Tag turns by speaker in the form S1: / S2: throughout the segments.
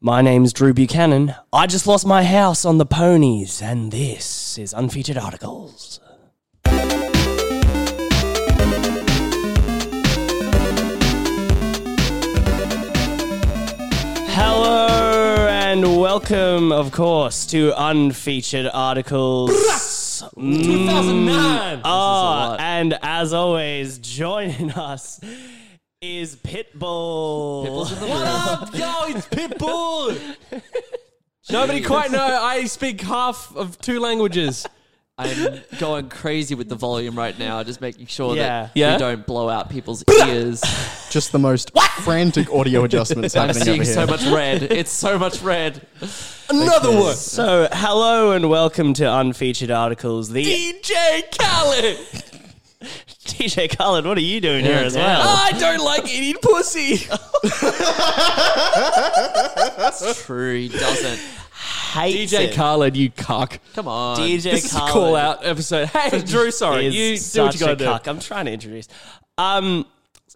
S1: My name's Drew Buchanan. I just lost my house on the ponies, and this is Unfeatured Articles. Hello, and welcome, of course, to Unfeatured Articles. Mm.
S2: 2009.
S1: Ah, and as always, joining us is Pitbull.
S2: What up, yo? It's Pitbull. Nobody quite know. I speak half of two languages.
S3: I'm going crazy with the volume right now, just making sure
S1: Yeah.
S3: that
S2: Yeah?
S3: we don't blow out people's ears.
S4: Just the most frantic audio adjustments
S3: I'm
S4: happening
S3: seeing
S4: over here.
S3: so much red. It's so much red.
S2: Another one.
S1: So, hello and welcome to Unfeatured Articles. The
S3: DJ Khaled.
S1: DJ Khaled, what are you doing here as
S3: damn.
S1: well?
S3: I don't like eating pussy. That's true. He doesn't.
S1: Hates
S2: DJ
S1: it.
S2: Khaled, you cuck.
S3: Come on.
S1: DJ
S2: This is a
S1: Khaled
S2: call out episode. Hey, Drew, sorry.
S1: is
S2: You do what
S1: such
S2: you gotta
S1: a
S2: do.
S1: cuck. I'm trying to introduce. Um,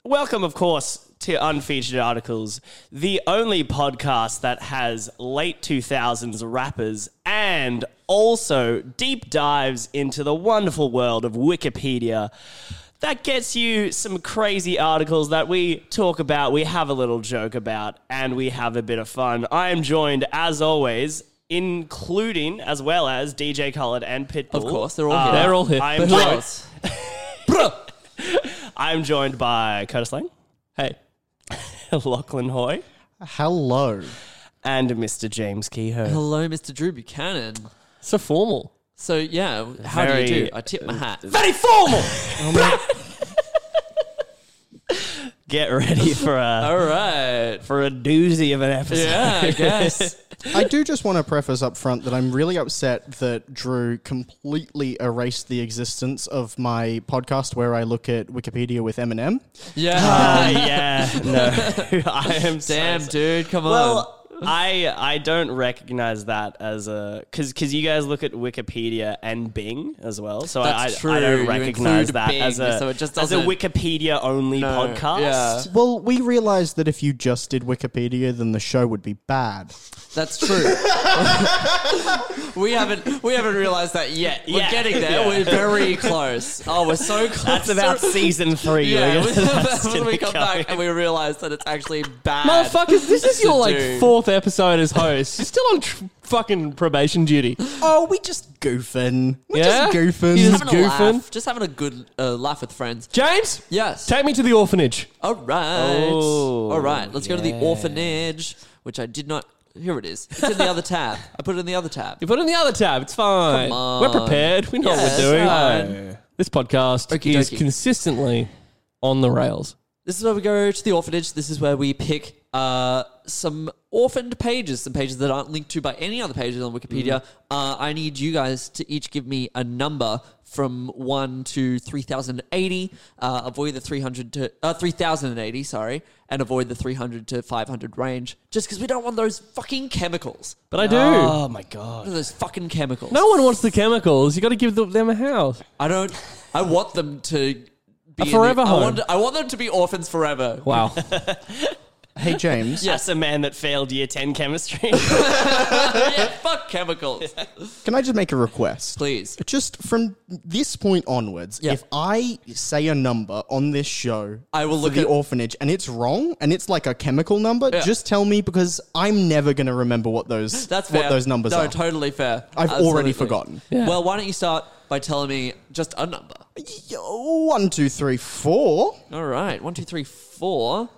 S1: welcome, of course, to Unfeatured Articles, the only podcast that has late 2000s rappers and also deep dives into the wonderful world of Wikipedia. That gets you some crazy articles that we talk about, we have a little joke about, and we have a bit of fun. I am joined, as always, including as well as DJ Khaled and Pitbull.
S3: Of course, they're all
S1: Uh,
S3: here.
S2: They're all here.
S1: I'm
S2: But who
S1: joined-
S3: else?
S1: I'm joined by Curtis Lang,
S2: Hey.
S1: Lachlan Hoy,
S4: Hello.
S1: and Mr. James Kehoe.
S3: Hello, Mr. Drew Buchanan.
S2: So formal.
S3: So, yeah, how do
S1: Very-
S3: you do? I tip my hat.
S1: Very formal!
S3: Oh,
S1: Get ready for a
S3: all right.
S1: for a doozy of an episode.
S3: Yeah, I guess.
S4: I do just want to preface up front that I'm really upset that Drew completely erased the existence of my podcast where I look at Wikipedia with Eminem.
S3: Yeah.
S1: Ah, yeah. No. I am so
S3: Damn,
S1: sorry.
S3: dude. Come on.
S1: Well, I I don't recognize that as a because because you guys look at Wikipedia and Bing as well, so I, I,
S3: That's
S1: I
S3: true.
S1: don't
S3: You
S1: recognize
S3: include
S1: that
S3: Bing,
S1: as a
S3: so it just
S1: as a
S3: doesn't-
S1: Wikipedia only podcast.
S3: Uh, yeah.
S4: Well, we realized that if you just did Wikipedia, then the show would be bad.
S3: That's true. we haven't we haven't realized that yet. We're
S1: Yeah.
S3: getting there. We're very close. Oh, we're so close.
S1: That's about
S3: So-
S1: season three.
S3: Yeah,
S1: Like,
S3: when-
S1: that's
S3: when
S1: gonna
S3: we come
S1: go.
S3: back and we realize that it's actually bad.
S2: Motherfuckers, this Oh, is your like
S3: Dude.
S2: fourth episode as host. You're still on tr- fucking probation duty.
S4: Oh, we just goofing. We're
S2: Yeah?
S4: just goofing.
S2: You
S3: Just having a
S2: goofing.
S3: laugh. Just having a good uh, laugh with friends.
S2: James?
S3: Yes.
S2: Take me to the orphanage.
S3: All right. All right. Let's go to the orphanage, which I did not. Here it is. It's in the other tab. I put it in the other tab.
S2: You put it in the other tab. It's fine.
S3: Come on.
S2: We're prepared. We know
S3: Yeah,
S2: what we're doing.
S3: it's
S2: This podcast
S3: Okie
S2: is
S3: dokie.
S2: consistently on the rails.
S3: This is where we go to the orphanage. This is where we pick uh, some orphaned pages, some pages that aren't linked to by any other pages on
S2: Mm.
S3: Wikipedia. Uh, I need you guys to each give me a number from 1 to 3080. Uh, avoid the 300 to uh, 3080, sorry, and avoid the 300 to 500 range just because we don't want those fucking chemicals.
S2: But I do.
S1: Oh my god.
S3: Those fucking chemicals.
S2: no one wants the chemicals. You got to give them- them a house.
S3: I don't. I want them to be in the-
S2: forever
S3: I
S2: home.
S3: want, I want them to be orphans forever.
S2: Wow.
S4: Hey, James.
S1: That's a man that failed year ten chemistry.
S3: yeah, fuck chemicals,
S4: Can I just make a request?
S3: please.
S4: Just from this point onwards,
S3: Yeah.
S4: if I say a number on this show,
S3: I will
S4: for
S3: look
S4: the
S3: at-
S4: orphanage and it's wrong and it's like a chemical number. Just tell me because I'm never going to remember what those
S3: That's fair.
S4: what those numbers
S3: no,
S4: are.
S3: totally fair.
S4: I've already
S3: Absolutely.
S4: forgotten.
S3: Well, why don't you start by telling me just a number?
S4: Yo, One, two, three, four.
S3: All right, one, two, three, four.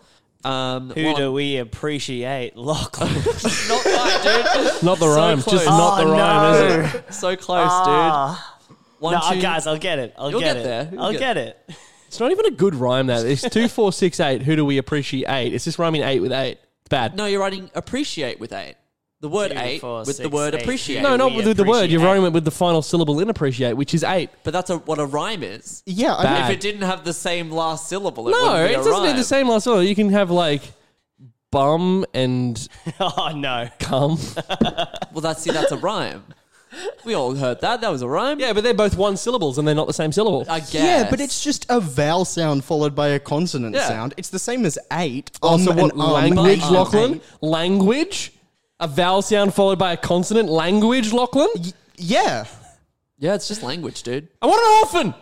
S3: Um,
S1: Who
S3: well,
S1: do we appreciate, Lachlan?
S3: Not quite, dude.
S2: Not the
S3: So
S2: rhyme.
S3: close.
S2: Just not the
S1: Oh,
S2: rhyme, is it?
S3: so close, dude. One,
S1: no,
S4: Ah,
S1: Ah,
S3: two-
S1: guys, I'll get it. I'll
S3: You'll
S1: get,
S3: get
S1: it.
S3: there. You'll
S1: I'll
S3: get
S1: get it.
S2: It's not even a good rhyme. That it's two four six eight. Who do we appreciate? It's just rhyming eight with eight. It's bad.
S3: No, you're writing appreciate with eight. The word eight
S1: four,
S3: with the
S1: six,
S3: word
S1: eight.
S3: appreciate.
S2: No,
S1: we
S2: not with the word. You're
S1: appreciate.
S2: rhyming it with the final syllable in appreciate, which is eight.
S3: But that's a, what a rhyme is.
S4: Yeah, I
S2: Bad.
S3: If it didn't have the same last syllable, it
S2: No,
S3: wouldn't be
S2: it
S3: a
S2: doesn't
S3: rhyme.
S2: need the same last syllable. You can have like bum and
S1: oh no.
S2: cum.
S3: Well, that's see, that's a rhyme. We all heard that. That was a rhyme.
S2: yeah, but they're both one syllables and they're not the same syllable.
S3: I guess.
S4: Yeah, but it's just a vowel sound followed by a consonant
S2: Yeah.
S4: sound. It's the same as eight.
S2: also,
S4: um,
S2: what
S4: and um, and
S2: language,
S4: um,
S2: Lachlan?
S4: eight.
S2: Language. A vowel sound followed by a consonant. Language, Lachlan.
S4: Yeah.
S3: yeah, it's just language, dude.
S2: I want an orphan.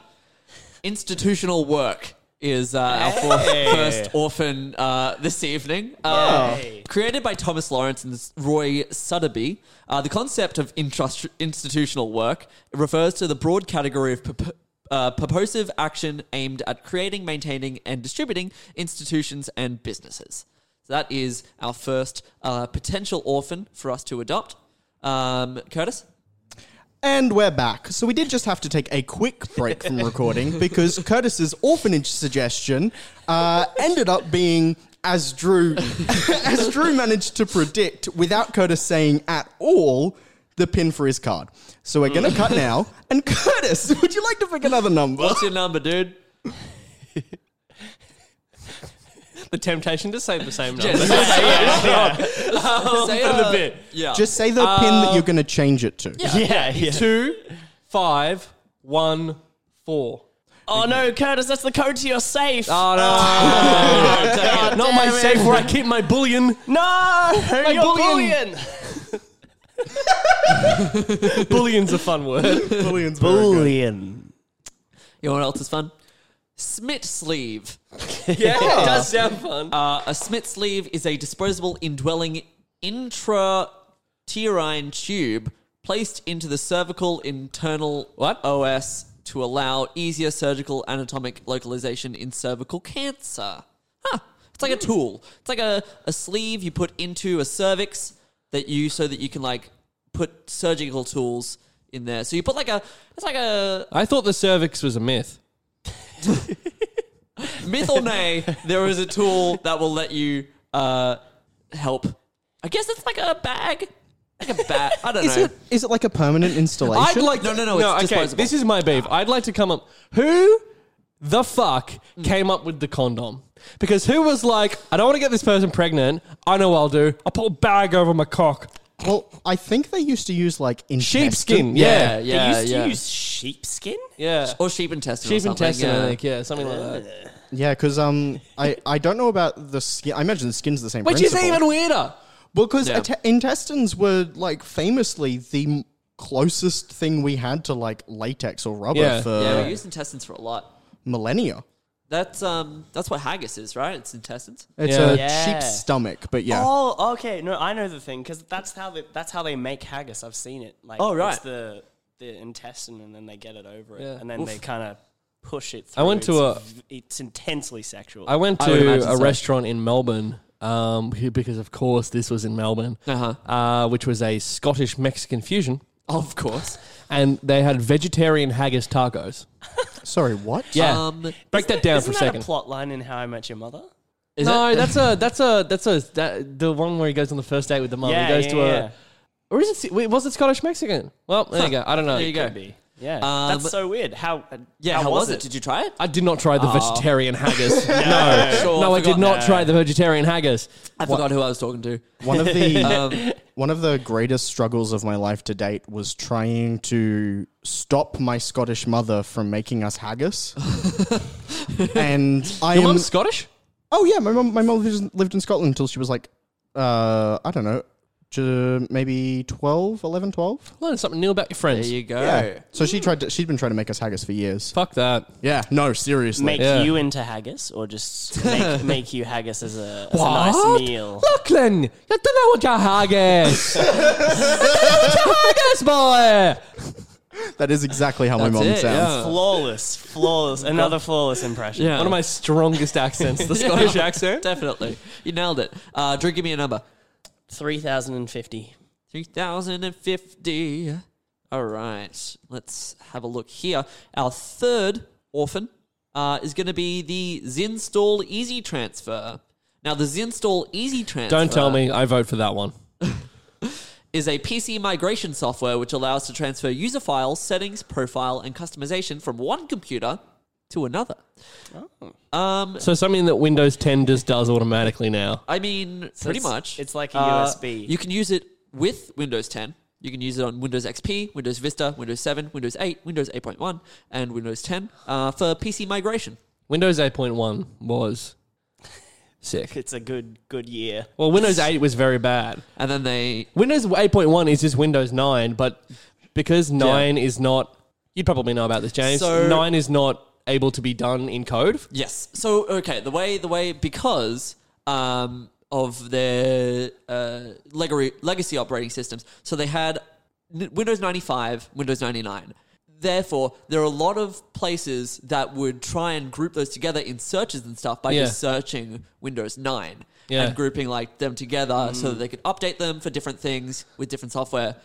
S3: Institutional work is uh, our fourth, first orphan uh, this evening. Uh, Created by Thomas Lawrence and Roy Sutterby, uh, the concept of intrust- institutional work refers to the broad category of purpo- uh, purposive action aimed at creating, maintaining, and distributing institutions and businesses. So that is our first uh, potential orphan for us to adopt. Um, Curtis?
S4: And we're back. So we did just have to take a quick break from recording because Curtis's orphanage suggestion uh, ended up being as Drew as Drew managed to predict without Curtis saying at all the pin for his card. So we're gonna cut now. And Curtis, would you like to pick another number?
S3: What's your number, dude?
S2: The temptation to say the same
S3: Say, uh, Yeah.
S4: Just say the pin that you're gonna change it to.
S1: Yeah, yeah.
S2: Two, five, one, four.
S1: Oh no, Curtis, that's the code to your safe.
S2: Oh no!
S1: Oh,
S2: not my safe where I keep my bullion.
S1: no, your
S2: bullion.
S1: bullion.
S2: Bullion's a fun word.
S4: Billion's very good.
S1: Bullion.
S3: You know what else is fun? Smit sleeve.
S2: yeah, it does sound fun.
S3: Uh, a Smit sleeve is a disposable indwelling intraterine tube placed into the cervical internal
S2: What?
S3: OS to allow easier surgical anatomic localization in cervical cancer. Huh. It's like a tool. It's like a, a sleeve you put into a cervix that you so that you can like put surgical tools in there. So you put like a it's like a
S2: I thought the cervix was a myth.
S3: myth or nay, there is a tool that will let you uh, help. I guess it's like a bag, like a bag. I don't
S4: Is
S3: know.
S4: it is it like a permanent installation?
S3: I'd like no, no, no. It's
S2: no, okay.
S3: disposable.
S2: This is my beef. I'd like to come up. Who the fuck came up with the condom? Because who was like, I don't want to get this person pregnant. I know what I'll do. I'll put a bag over my cock.
S4: well, I think they used to use like intestine-
S2: Sheepskin.
S3: yeah,
S2: Yeah,
S3: yeah,
S1: they used
S3: yeah.
S1: to use sheepskin.
S2: yeah.
S3: or sheep intestine.
S2: Sheep
S3: or something,
S2: intestine,
S3: yeah.
S2: I think. Yeah, something like that.
S4: Yeah, because um, I, I don't know about the skin. I imagine the skin's the same.
S2: Which is
S4: principle.
S2: even weirder.
S4: because ate- intestines were like famously the m- closest thing we had to like latex or rubber
S2: Yeah.
S4: for
S3: Yeah, we use intestines for a lot.
S4: millennia.
S3: That's um, that's what haggis is, right? It's intestines.
S4: It's
S2: Yeah.
S4: a
S1: Yeah.
S4: sheep's stomach, but yeah,
S1: Oh, okay. No, I know the thing because that's how they, that's how they make haggis. I've seen it. Like,
S3: Oh, right.
S1: It's the the intestine, and then they get it over it,
S2: Yeah.
S1: and then they kind of push it. through.
S2: I went to
S1: it's, v- It's intensely sexual.
S2: I went
S3: would
S2: to a
S3: imagine so.
S2: restaurant in Melbourne um, because, of course, this was in Melbourne,
S3: Uh-huh.
S2: uh, which was a Scottish Mexican fusion,
S3: Of course.
S2: and they had vegetarian haggis tacos.
S4: sorry, what?
S2: Yeah,
S3: Um,
S2: break that down
S1: Isn't
S2: for a
S1: that
S2: second.
S1: a plot line in How I Met Your Mother?
S2: no, that's a that's a that's a that, the one where he goes on the first date with the mum.
S1: Yeah,
S2: he goes
S1: yeah,
S2: to a
S1: yeah.
S2: or is it wait, was it Scottish Mexican? Well, there you go. I don't know.
S3: there you go.
S1: Yeah,
S3: Um,
S1: that's so weird. How?
S3: Yeah, how, was it? Did you try it?
S2: I did not try the vegetarian haggis. no,
S3: Sure,
S2: no, I did
S3: forgot-
S2: not try the vegetarian haggis.
S3: I forgot who I was talking to.
S4: One of the
S2: Um,
S4: one of the greatest struggles of my life to date was trying to stop my Scottish mother from making us haggis. and I
S2: Your
S4: am
S2: mum's Scottish?
S4: Oh yeah, my mom, my mom lives- lived in Scotland until she was like, uh, I don't know, ju- maybe 12, 11, 12.
S2: Learn something new about
S3: There
S2: your friends.
S3: you go.
S4: So she tried to, she'd been trying to make us haggis for years.
S2: Fuck that.
S4: Yeah, no, seriously.
S1: Make
S2: Yeah.
S1: you into haggis, or just make, make you haggis as a, as a
S2: What?
S1: nice meal?
S2: Lachlan, you don't know what your haggis. you don't know what your haggis, boy.
S4: that is exactly how my
S3: That's
S4: mom
S3: it,
S4: sounds.
S1: Flawless, flawless. Another flawless impression.
S3: Yeah.
S2: One of my strongest accents, the Scottish accent.
S3: Definitely. You nailed it. Uh, Drew, give me a number.
S1: Three thousand and fifty.
S3: 3050. All right, let's have a look here. Our third orphan uh, is going to be the Zinstall Easy Transfer. Now, the Zinstall Easy Transfer
S2: Don't tell me. I vote for that one.
S3: is a PC migration software which allows to transfer user files, settings, profile, and customization from one computer to another.
S2: So something that Windows 10 just does automatically now.
S3: I mean, pretty
S1: it's-
S3: much. Uh,
S1: it's like a USB.
S3: You can use it with Windows 10. You can use it on Windows XP, Windows Vista, Windows 7, Windows 8, Windows 8.1, and Windows 10 uh, for PC migration.
S2: Windows 8.1 was sick.
S1: It's a good good year.
S2: Well, Windows 8 was very bad.
S3: And then they,
S2: Windows 8.1 is just Windows 9, but because 9 is not, you'd probably know about this, James.
S3: So-
S2: 9 is not able to be done in code.
S3: yes. So okay, the way the way because um, of their uh, legacy legacy operating systems. So they had N- Windows 95, Windows 99. Therefore, there are a lot of places that would try and group those together in searches and stuff by
S2: Yeah.
S3: just searching Windows 9
S2: Yeah. Mm.
S3: and grouping like them together so that they could update them for different things with different software.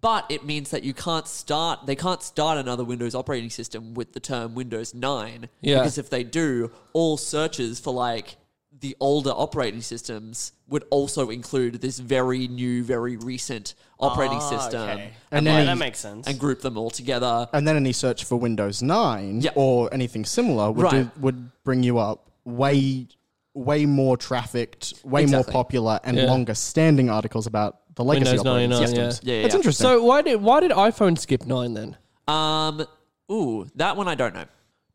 S3: But it means that you can't start they can't start another Windows operating system with the term Windows 9
S2: Yeah.
S3: because if they do, all searches for like the older operating systems would also include this very new, very recent operating system
S4: And
S1: yeah,
S4: then-
S1: that makes sense.
S3: and group them all together.
S4: and then any search for Windows 9
S3: Yeah.
S4: or anything similar would do,
S3: Right.
S4: would bring you up way way more trafficked, way
S3: Exactly.
S4: more popular, and
S2: Yeah.
S4: longer standing articles about the legacy
S2: Windows
S4: operating
S2: 99,
S4: systems.
S3: yeah. Yeah, yeah,
S4: That's
S3: yeah.
S4: interesting.
S2: So why did why did iPhone skip 9 then?
S3: Um, ooh, that one I don't know.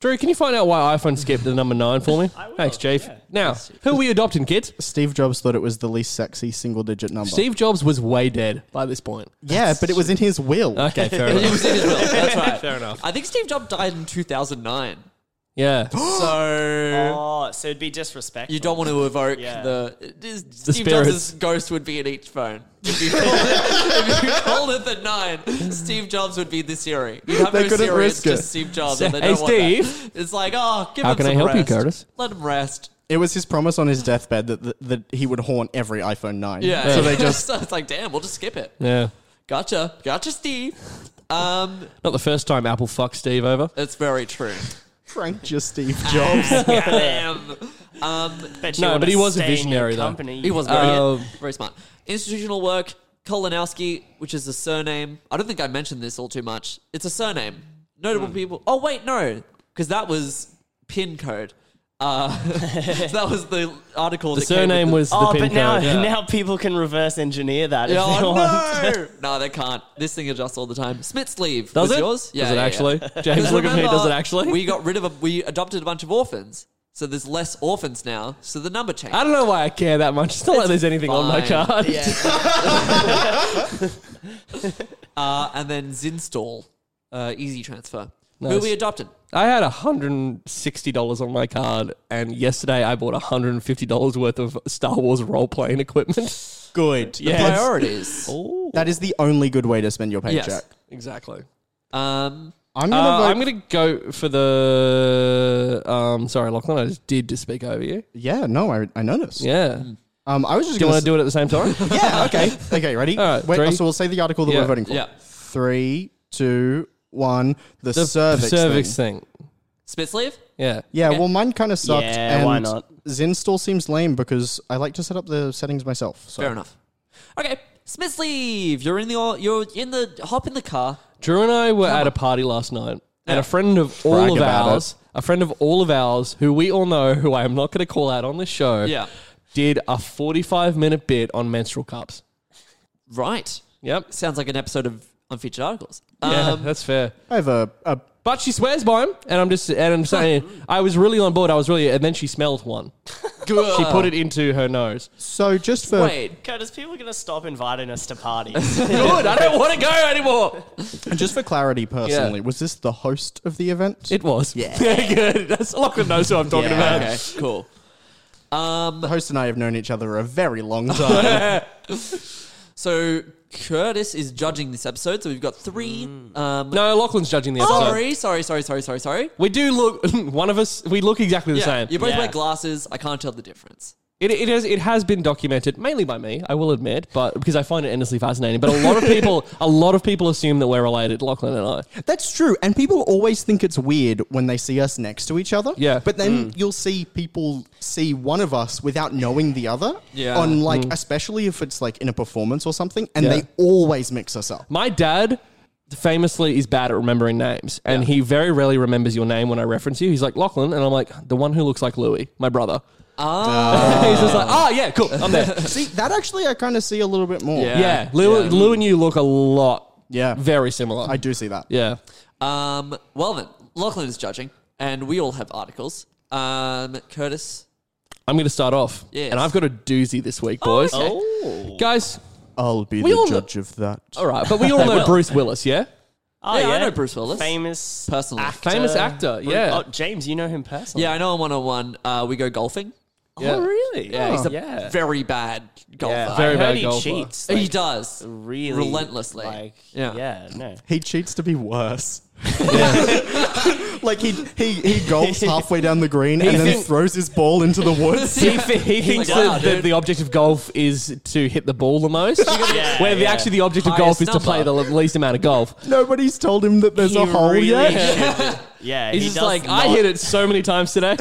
S2: Drew, can you find out why iPhone skipped the number 9 for me? Thanks, Chief. Now, who are we adopting, kids?
S4: Steve Jobs thought it was the least sexy single digit number.
S2: Steve Jobs was way dead by this point.
S4: yeah, but it was in his will.
S2: Okay, fair
S3: It
S2: enough.
S3: was in his will. That's right.
S2: Fair enough.
S3: I think Steve Jobs died in 2009.
S2: Yeah.
S3: So
S1: oh, so it'd be disrespectful.
S3: you don't want to evoke
S1: Yeah.
S3: the, it is-
S2: The
S3: Steve Jobs'
S2: spirits.
S3: ghost would be in each phone. If you called it, if you called it the nine, Steve Jobs would be the Siri. You have
S4: They
S3: no
S4: couldn't
S3: Siri, it's
S4: risk
S3: just
S4: it.
S3: Steve Jobs. And they
S2: Hey,
S3: don't want that.
S2: Steve.
S3: It's like, oh, give
S2: How
S3: him
S2: can I
S3: some
S2: help you,
S3: rest.
S2: Curtis?
S3: Let him rest.
S4: It was his promise on his deathbed that, that, that he would haunt every iPhone 9.
S3: Yeah.
S4: So they just
S3: so it's like, damn, we'll just skip it.
S2: Yeah.
S3: Gotcha, gotcha, Steve. Um,
S2: Not the first time Apple fucked Steve over.
S3: it's very true.
S4: pranked your Steve Jobs.
S3: Damn.
S1: Bet you
S2: No,
S1: wanna
S2: but he was a
S1: stay in your
S2: visionary, though.
S1: Company.
S3: He was very,
S2: Um,
S3: very smart. Institutional work, Kolonowski, which is a surname. I don't think I mentioned this all too much. It's a surname. Notable
S2: Hmm.
S3: people. Oh, wait, no, because that was pin code. Uh, that was the article.
S2: The
S3: that came with
S2: surname
S3: the-
S2: was
S1: Oh,
S2: the pin
S1: but now
S2: code. yeah.
S1: now people can reverse engineer that. if they
S3: Oh,
S1: want.
S3: no! no, they can't. This thing adjusts all the time. Smith sleeve.
S2: Does
S3: was
S2: it?
S3: yours?
S2: does it actually? James,
S3: Because
S2: look at me.
S3: remember,
S2: Does it actually?
S3: We got rid of a, we adopted a bunch of orphans, so there's less orphans now. So the number changed.
S2: I don't know why I care that much. It's not like there's anything on my
S3: fine.
S2: card.
S3: Uh, and then Zinstall, uh, easy transfer. Who
S2: Nice.
S3: we adopted?
S2: I had $160 on my card, and yesterday I bought $150 worth of Star Wars role playing equipment.
S4: Good.
S2: Yes.
S3: Priorities.
S4: That is the only good way to spend your paycheck.
S3: yes.
S2: Exactly.
S3: Um,
S4: I'm gonna
S2: Uh,
S4: vote.
S2: I'm going to go for the. Um, sorry, Lachlan, I just did to speak over you.
S4: yeah, no, I, I noticed.
S2: Yeah.
S4: Um, I was just
S2: Do you
S4: gonna
S2: want to do it at the same time?
S4: s- Yeah. Okay. okay. Ready?
S2: All right,
S4: Wait.
S2: three.
S4: So we'll say the article that
S2: Yeah,
S4: we're voting for.
S3: yeah.
S4: Three, two, one. The,
S2: the
S4: cervix.
S2: cervix
S4: thing.
S2: thing.
S3: Spit sleeve?
S2: Yeah.
S4: Yeah. Well, mine kind of sucked.
S1: Yeah,
S4: and
S1: why not?
S4: Zinstall seems lame because I like to set up the settings myself. So.
S3: Fair enough. Okay, Smith sleeve. You're in the you're in the hop in the car.
S2: Drew and I were at a party last night, and a friend of all
S4: Brag
S2: of
S4: about
S2: ours, a friend of all of ours, who we all know, who I am not going to call out on this show,
S3: Yeah.
S2: did a 45 minute bit on menstrual cups.
S3: Right.
S2: Yep.
S3: Sounds like an episode of unfeatured articles.
S2: yeah,
S3: Um,
S2: that's fair.
S4: I have a, a
S2: But she swears by him, and I'm just and I'm saying I was really on board. I was really, and then she smelled one. she put it into her nose.
S4: so just for
S3: wait.
S1: Curtis, people are going to stop inviting us to parties.
S2: Good. I don't want to go anymore.
S4: just for clarity, personally, was this the host of the event?
S2: It was. Yeah. Good. That's Lachlan knows who I'm talking about.
S3: Okay. Cool.
S4: the host and I have known each other a very long time.
S3: So Curtis is judging this episode. So we've got three. Um,
S2: Mm. No, Lachlan's judging the episode.
S3: Sorry, sorry, sorry, sorry, sorry, sorry.
S2: We do look. One of us. We look exactly the
S3: Yeah,
S2: same.
S3: you both
S1: Yeah.
S3: wear glasses. I can't tell the difference.
S2: It, it, is, it has been documented mainly by me, I will admit, but because I find it endlessly fascinating. But a lot of people, a lot of people assume that we're related, Lachlan and I.
S4: That's true. And people always think it's weird when they see us next to each other.
S2: Yeah. Mm.
S4: But then you'll see people see one of us without knowing the other.
S3: Yeah.
S4: On like, especially if it's like in a performance or something, and
S2: Mm. Yeah.
S4: they always mix us up.
S2: My dad famously is bad at remembering names, and he very rarely remembers your name when I reference you. He's like Lachlan, and I'm like the one who looks like Louis, my brother. Ah, he's
S3: Um,
S2: just like, oh yeah, cool, I'm there.
S4: See, that actually I kind of see a little bit more.
S3: Yeah.
S2: yeah, Lou,
S3: Yeah.
S2: Lou and you look a lot,
S4: Yeah.
S2: very similar.
S4: I do see that.
S2: yeah,
S3: Um, well then, Lachlan is judging, and we all have articles. Um, Curtis,
S2: I'm going to start off,
S3: Yes.
S2: and I've got a doozy this week, boys.
S3: okay.
S1: Oh.
S2: Guys,
S4: I'll be
S2: We all
S4: the
S2: know-
S4: judge of that.
S2: all right, but we all know Bruce Willis, yeah,
S1: Oh,
S3: Yeah, I know Bruce Willis.
S1: Famous
S3: Personally.
S1: actor.
S2: famous actor,
S1: Bru-
S2: yeah.
S1: Oh, James, you know him personally.
S3: yeah, I know on 101, uh, we go golfing.
S2: Yeah.
S1: Oh, really?
S3: Yeah, he's a
S1: yeah.
S3: very bad golfer.
S1: yeah.
S2: very
S1: I heard
S2: bad
S1: he
S2: golfer.
S1: cheats.
S3: he
S1: Like,
S3: does.
S1: really
S3: relentlessly.
S1: Like,
S3: Yeah.
S1: yeah. no.
S4: He cheats to be worse. like he he he golfs halfway down the green and then
S2: think-
S4: throws his ball into the woods.
S2: He, thi- he thinks
S3: like, wow,
S2: that the,
S3: dude.
S2: the object of golf is to hit the ball the most,
S1: Yeah,
S2: where the,
S1: yeah.
S2: actually the object of
S3: Highest
S2: golf is to play the
S3: number.
S2: least amount of golf.
S4: Nobody's told him that there's
S1: He
S4: a hole
S1: really
S4: yet.
S1: shouldn't. Yeah,
S2: He's
S1: he
S2: just
S1: does
S2: like,
S1: not,
S2: I hit it so many times today.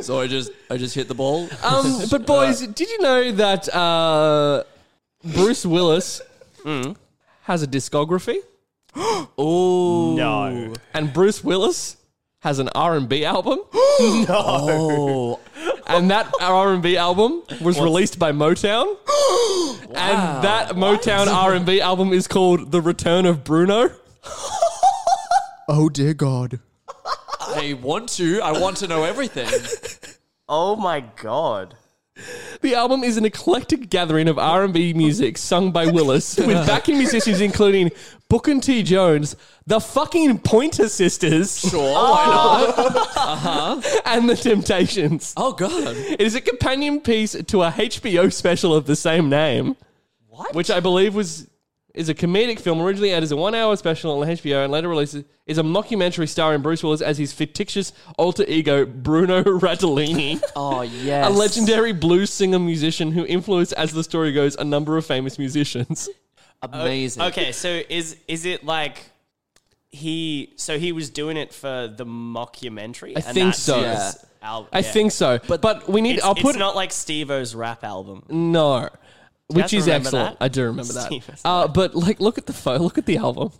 S3: So I just I just hit the ball.
S2: Um, but boys, did you know that uh, Bruce Willis has a discography,
S1: No.
S2: and Bruce Willis has an R and B album,
S3: Oh,
S2: and that R and B album was released by Motown, and that Motown R and B album is called "The Return of Bruno."
S4: Oh dear God.
S3: I want to. I want to know everything.
S1: Oh my god.
S2: The album is an eclectic gathering of R&B music sung by Willis, with backing musicians including Booker T. Jones, the fucking Pointer Sisters, Uh-huh.
S3: Sure, why not?
S2: and the Temptations.
S3: Oh god.
S2: It is a companion piece to a HBO special of the same name,
S3: What?
S2: which I believe was is a comedic film originally aired as a one-hour special on HBO and later released is a mockumentary starring Bruce Willis as his fictitious alter ego Bruno Rattolini.
S3: Oh yes.
S2: A legendary blues singer musician who influenced, as the story goes, a number of famous musicians.
S3: Amazing.
S1: Okay, so is is it like he so he was doing it for the mockumentary?
S2: I think so.
S3: Yeah.
S2: I think so, but, we need.
S1: It's,
S2: I'll put
S1: it's not like Steve O's rap album.
S2: no, which
S1: to
S2: is
S1: remember
S2: excellent.
S1: that.
S2: I do remember that.
S1: Steve is
S2: Uh, but like, look at the photo. Look at the album.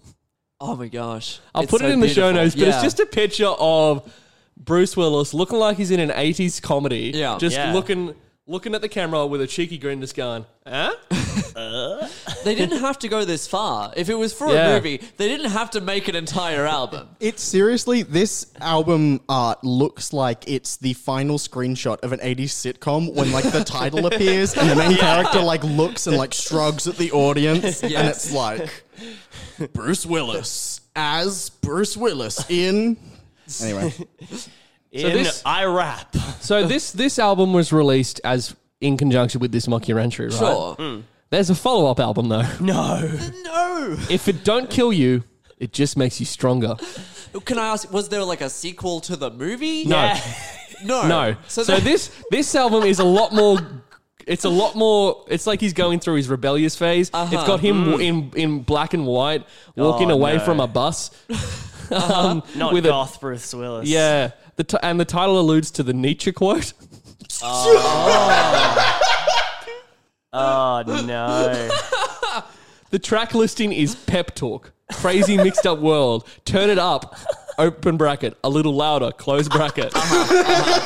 S3: Oh my gosh.
S2: I'll
S3: It's
S2: put
S3: so
S2: it in the show
S3: beautiful.
S2: notes. But it's
S3: Yeah.
S2: just a picture of Bruce Willis looking like he's in an '80s comedy.
S3: Yeah.
S2: just
S1: Yeah.
S2: looking looking at the camera with a cheeky grin, just going, "Huh?"
S3: They didn't have to go this far. If it was for
S2: Yeah.
S3: a movie, they didn't have to make an entire album.
S4: It's seriously, this album art looks like it's the final screenshot of an 80s sitcom when like the title appears and the main character like looks and like shrugs at the audience and it's like Bruce Willis as Bruce Willis in Anyway.
S1: In
S2: this-
S1: I rap.
S2: So this this album was released as in conjunction with this mockumentary, right?
S3: Sure.
S2: There's a follow up album though.
S1: No.
S3: No.
S2: if it don't kill you, it just makes you stronger.
S3: Can I ask? Was there like a sequel to the movie?
S2: No.
S3: No.
S2: No. So,
S3: So, they-
S2: this this album is a lot more. It's a lot more. It's like he's going through his rebellious phase. It's got him w in in black and white, walking
S1: Uh-huh. Mm. Oh,
S2: away
S1: no. Uh-huh.
S2: from a bus. um,
S1: Not
S2: with
S1: goth Bruce Willis.
S2: A, yeah. The t- and the title alludes to the Nietzsche quote.
S1: Oh no.
S2: The track listing is Pep Talk, Crazy Mixed Up World, Turn It Up, open bracket, a little louder, close bracket.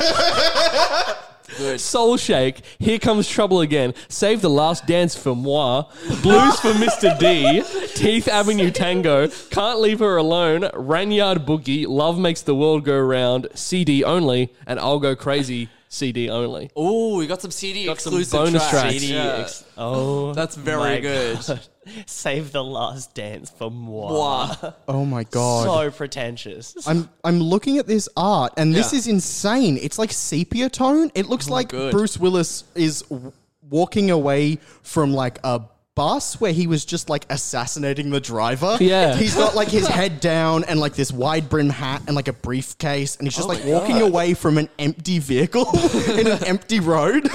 S3: Good.
S2: Soul Shake, Here Comes Trouble Again, Save the Last Dance for Moi, Blues for Mr. D, Teeth Avenue Tango, Can't Leave Her Alone, Ranyard Boogie, Love Makes the World Go Round, CD Only, and I'll Go Crazy, CD Only.
S3: Oh, we got some CD
S2: some
S3: exclusive
S2: bonus tracks.
S3: tracks.
S2: CD
S3: Yeah.
S1: oh,
S3: That's very
S1: my
S3: good.
S1: God. Save the last dance for moi.
S3: Wow.
S4: Oh my god.
S1: So pretentious.
S4: I'm I'm looking at this art, and this
S3: Yeah.
S4: is insane. It's like sepia tone. It looks like
S3: good.
S4: Bruce Willis is w- walking away from like a bus where he was just like assassinating the driver.
S2: Yeah.
S4: He's got like his head down and like this wide brim hat and like a briefcase and he's just like walking away from an empty vehicle in an empty road.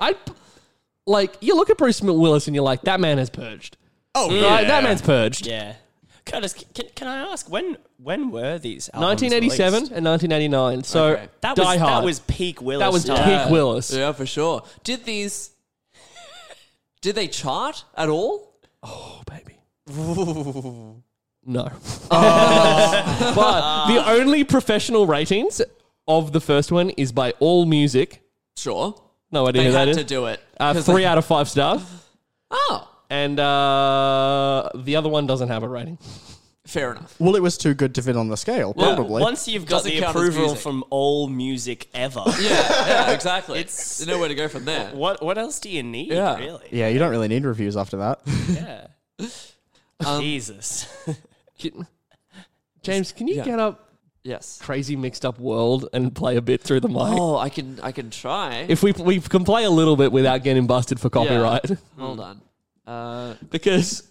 S2: I like you look at Bruce Willis and you're like, that man has purged.
S4: Oh,
S2: Right,
S1: Yeah.
S2: that man's purged.
S1: Yeah. Curtis, c- can, can I ask when when were these? albums
S2: 1987
S1: Oh, released?
S2: and 1989. So
S3: Okay.
S1: That
S2: Die
S1: was that
S2: Hard.
S1: was peak Willis.
S2: That was
S1: time.
S2: peak Willis.
S3: Yeah, for sure. Did these? did they chart at all?
S2: Oh, baby. No. but the only professional ratings of the first one is by All Music.
S3: Sure,
S2: No idea
S3: they
S2: who that
S3: had
S2: is.
S3: to do it.
S2: uh,
S3: 'Cause
S2: three
S3: they-
S2: out of five stars.
S3: Oh,
S2: And uh, the other one doesn't have a rating.
S3: fair enough.
S4: Well, it was too good to fit on the scale,
S1: Well,
S4: probably.
S1: Once you've got
S3: Doesn't
S1: the
S3: count as
S1: approval
S3: music.
S1: from all music ever,
S3: Yeah, yeah, exactly. it's There's nowhere to go from there.
S1: what what else do you need?
S3: Yeah.
S1: Really?
S4: yeah, you don't really need reviews after that.
S1: Yeah. Jesus.
S2: Can- James, can you get up
S3: Yes.
S2: Crazy Mixed Up World and play a bit through the mic?
S3: Oh, I can, I can try.
S2: If we, we can play a little bit without getting busted for
S3: Yeah.
S2: copyright.
S3: Hold on. Uh,
S2: Because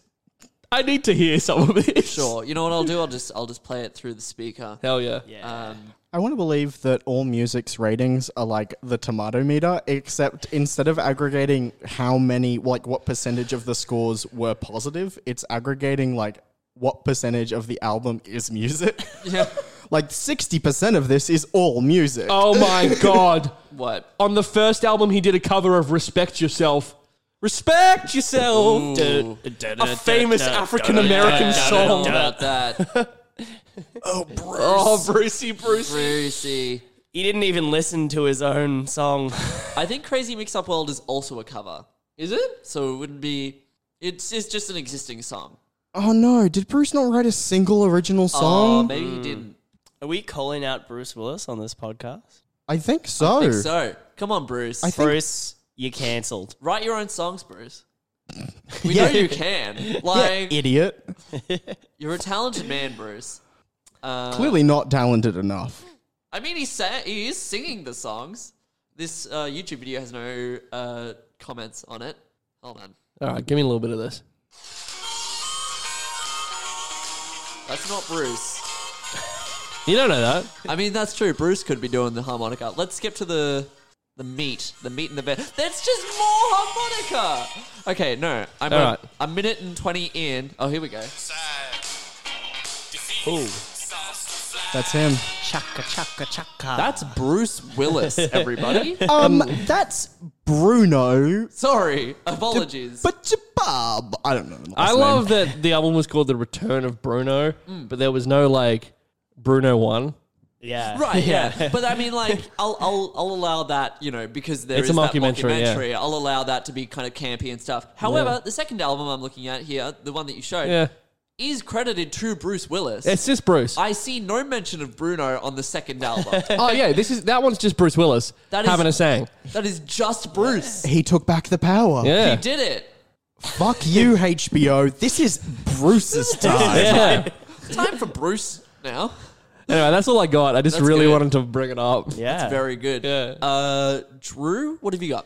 S2: I need to hear some of this.
S3: sure. You know what I'll do? I'll just, I'll just play it through the speaker.
S2: Hell yeah.
S1: Yeah.
S3: Um,
S4: I want to believe that all music's ratings are like the tomato meter, except instead of aggregating how many, like what percentage of the scores were positive, it's aggregating like what percentage of the album is music.
S3: yeah.
S4: like 60% of this is all music.
S2: Oh my god.
S3: What?
S2: On the first album, he did a cover of Respect Yourself. Respect Yourself! A famous African American
S3: All
S2: song.
S3: about that,
S2: Oh, Brucey Brucey.
S3: Brucey.
S1: He didn't even listen to his own song.
S3: I think Crazy Mix Up World is also a cover. Is it? So it wouldn't be. It's it's just an existing song.
S4: Oh no, did Bruce not write a single original
S3: Oh,
S4: song?
S3: maybe he didn't.
S1: Are we calling out Bruce Willis on this podcast?
S4: I think so.
S3: I think so. Come on, Bruce.
S4: I think-
S1: Bruce, you're cancelled.
S3: Write your own songs, Bruce. We know you can. Like
S4: Idiot.
S3: you're a talented man, Bruce.
S4: Clearly not talented enough.
S3: I mean, he sa- he is singing the songs. This uh, YouTube video has no uh, comments on it. Hold on,
S2: All right, give me a little bit of this.
S3: that's not Bruce.
S2: You don't know that.
S3: I mean, that's true. Bruce could be doing the harmonica. Let's skip to the the meat, the meat and the bed. That's just more harmonica. Okay, no, I'm a,
S2: Alright.
S3: a minute and twenty in. Oh, here we go.
S1: Ooh.
S4: That's him.
S1: Chaka chaka chaka.
S3: That's Bruce Willis, everybody.
S4: Um, that's Bruno.
S3: Sorry, apologies.
S4: But Bob. I don't know. the
S2: I
S4: last
S2: love
S4: name.
S2: that the album was called The Return of Bruno, but there was no like Bruno 1.
S1: yeah.
S3: Right, yeah. But I mean, like, I'll, I'll, I'll allow that, you know, because there
S2: It's
S3: is
S2: a
S3: that
S2: mockumentary, yeah.
S3: documentary. I'll allow that to be kind of campy and stuff. However, the second album I'm looking at here, the one that you showed,
S2: Yeah.
S3: is credited to Bruce Willis.
S2: It's just Bruce.
S3: I see no mention of Bruno on the second album.
S2: oh yeah, this is that one's just Bruce Willis
S3: That is-
S2: having a sang.
S3: that is just Bruce.
S4: He took back the power.
S2: Yeah.
S3: He did it.
S4: Fuck you, HBO. This is Bruce's time.
S2: yeah.
S3: Time for Bruce now.
S2: Anyway, that's all I got. I just
S3: That's
S2: really
S3: good.
S2: wanted to bring it up.
S1: Yeah.
S3: It's very good.
S2: Yeah.
S3: Uh, Drew, what have you got?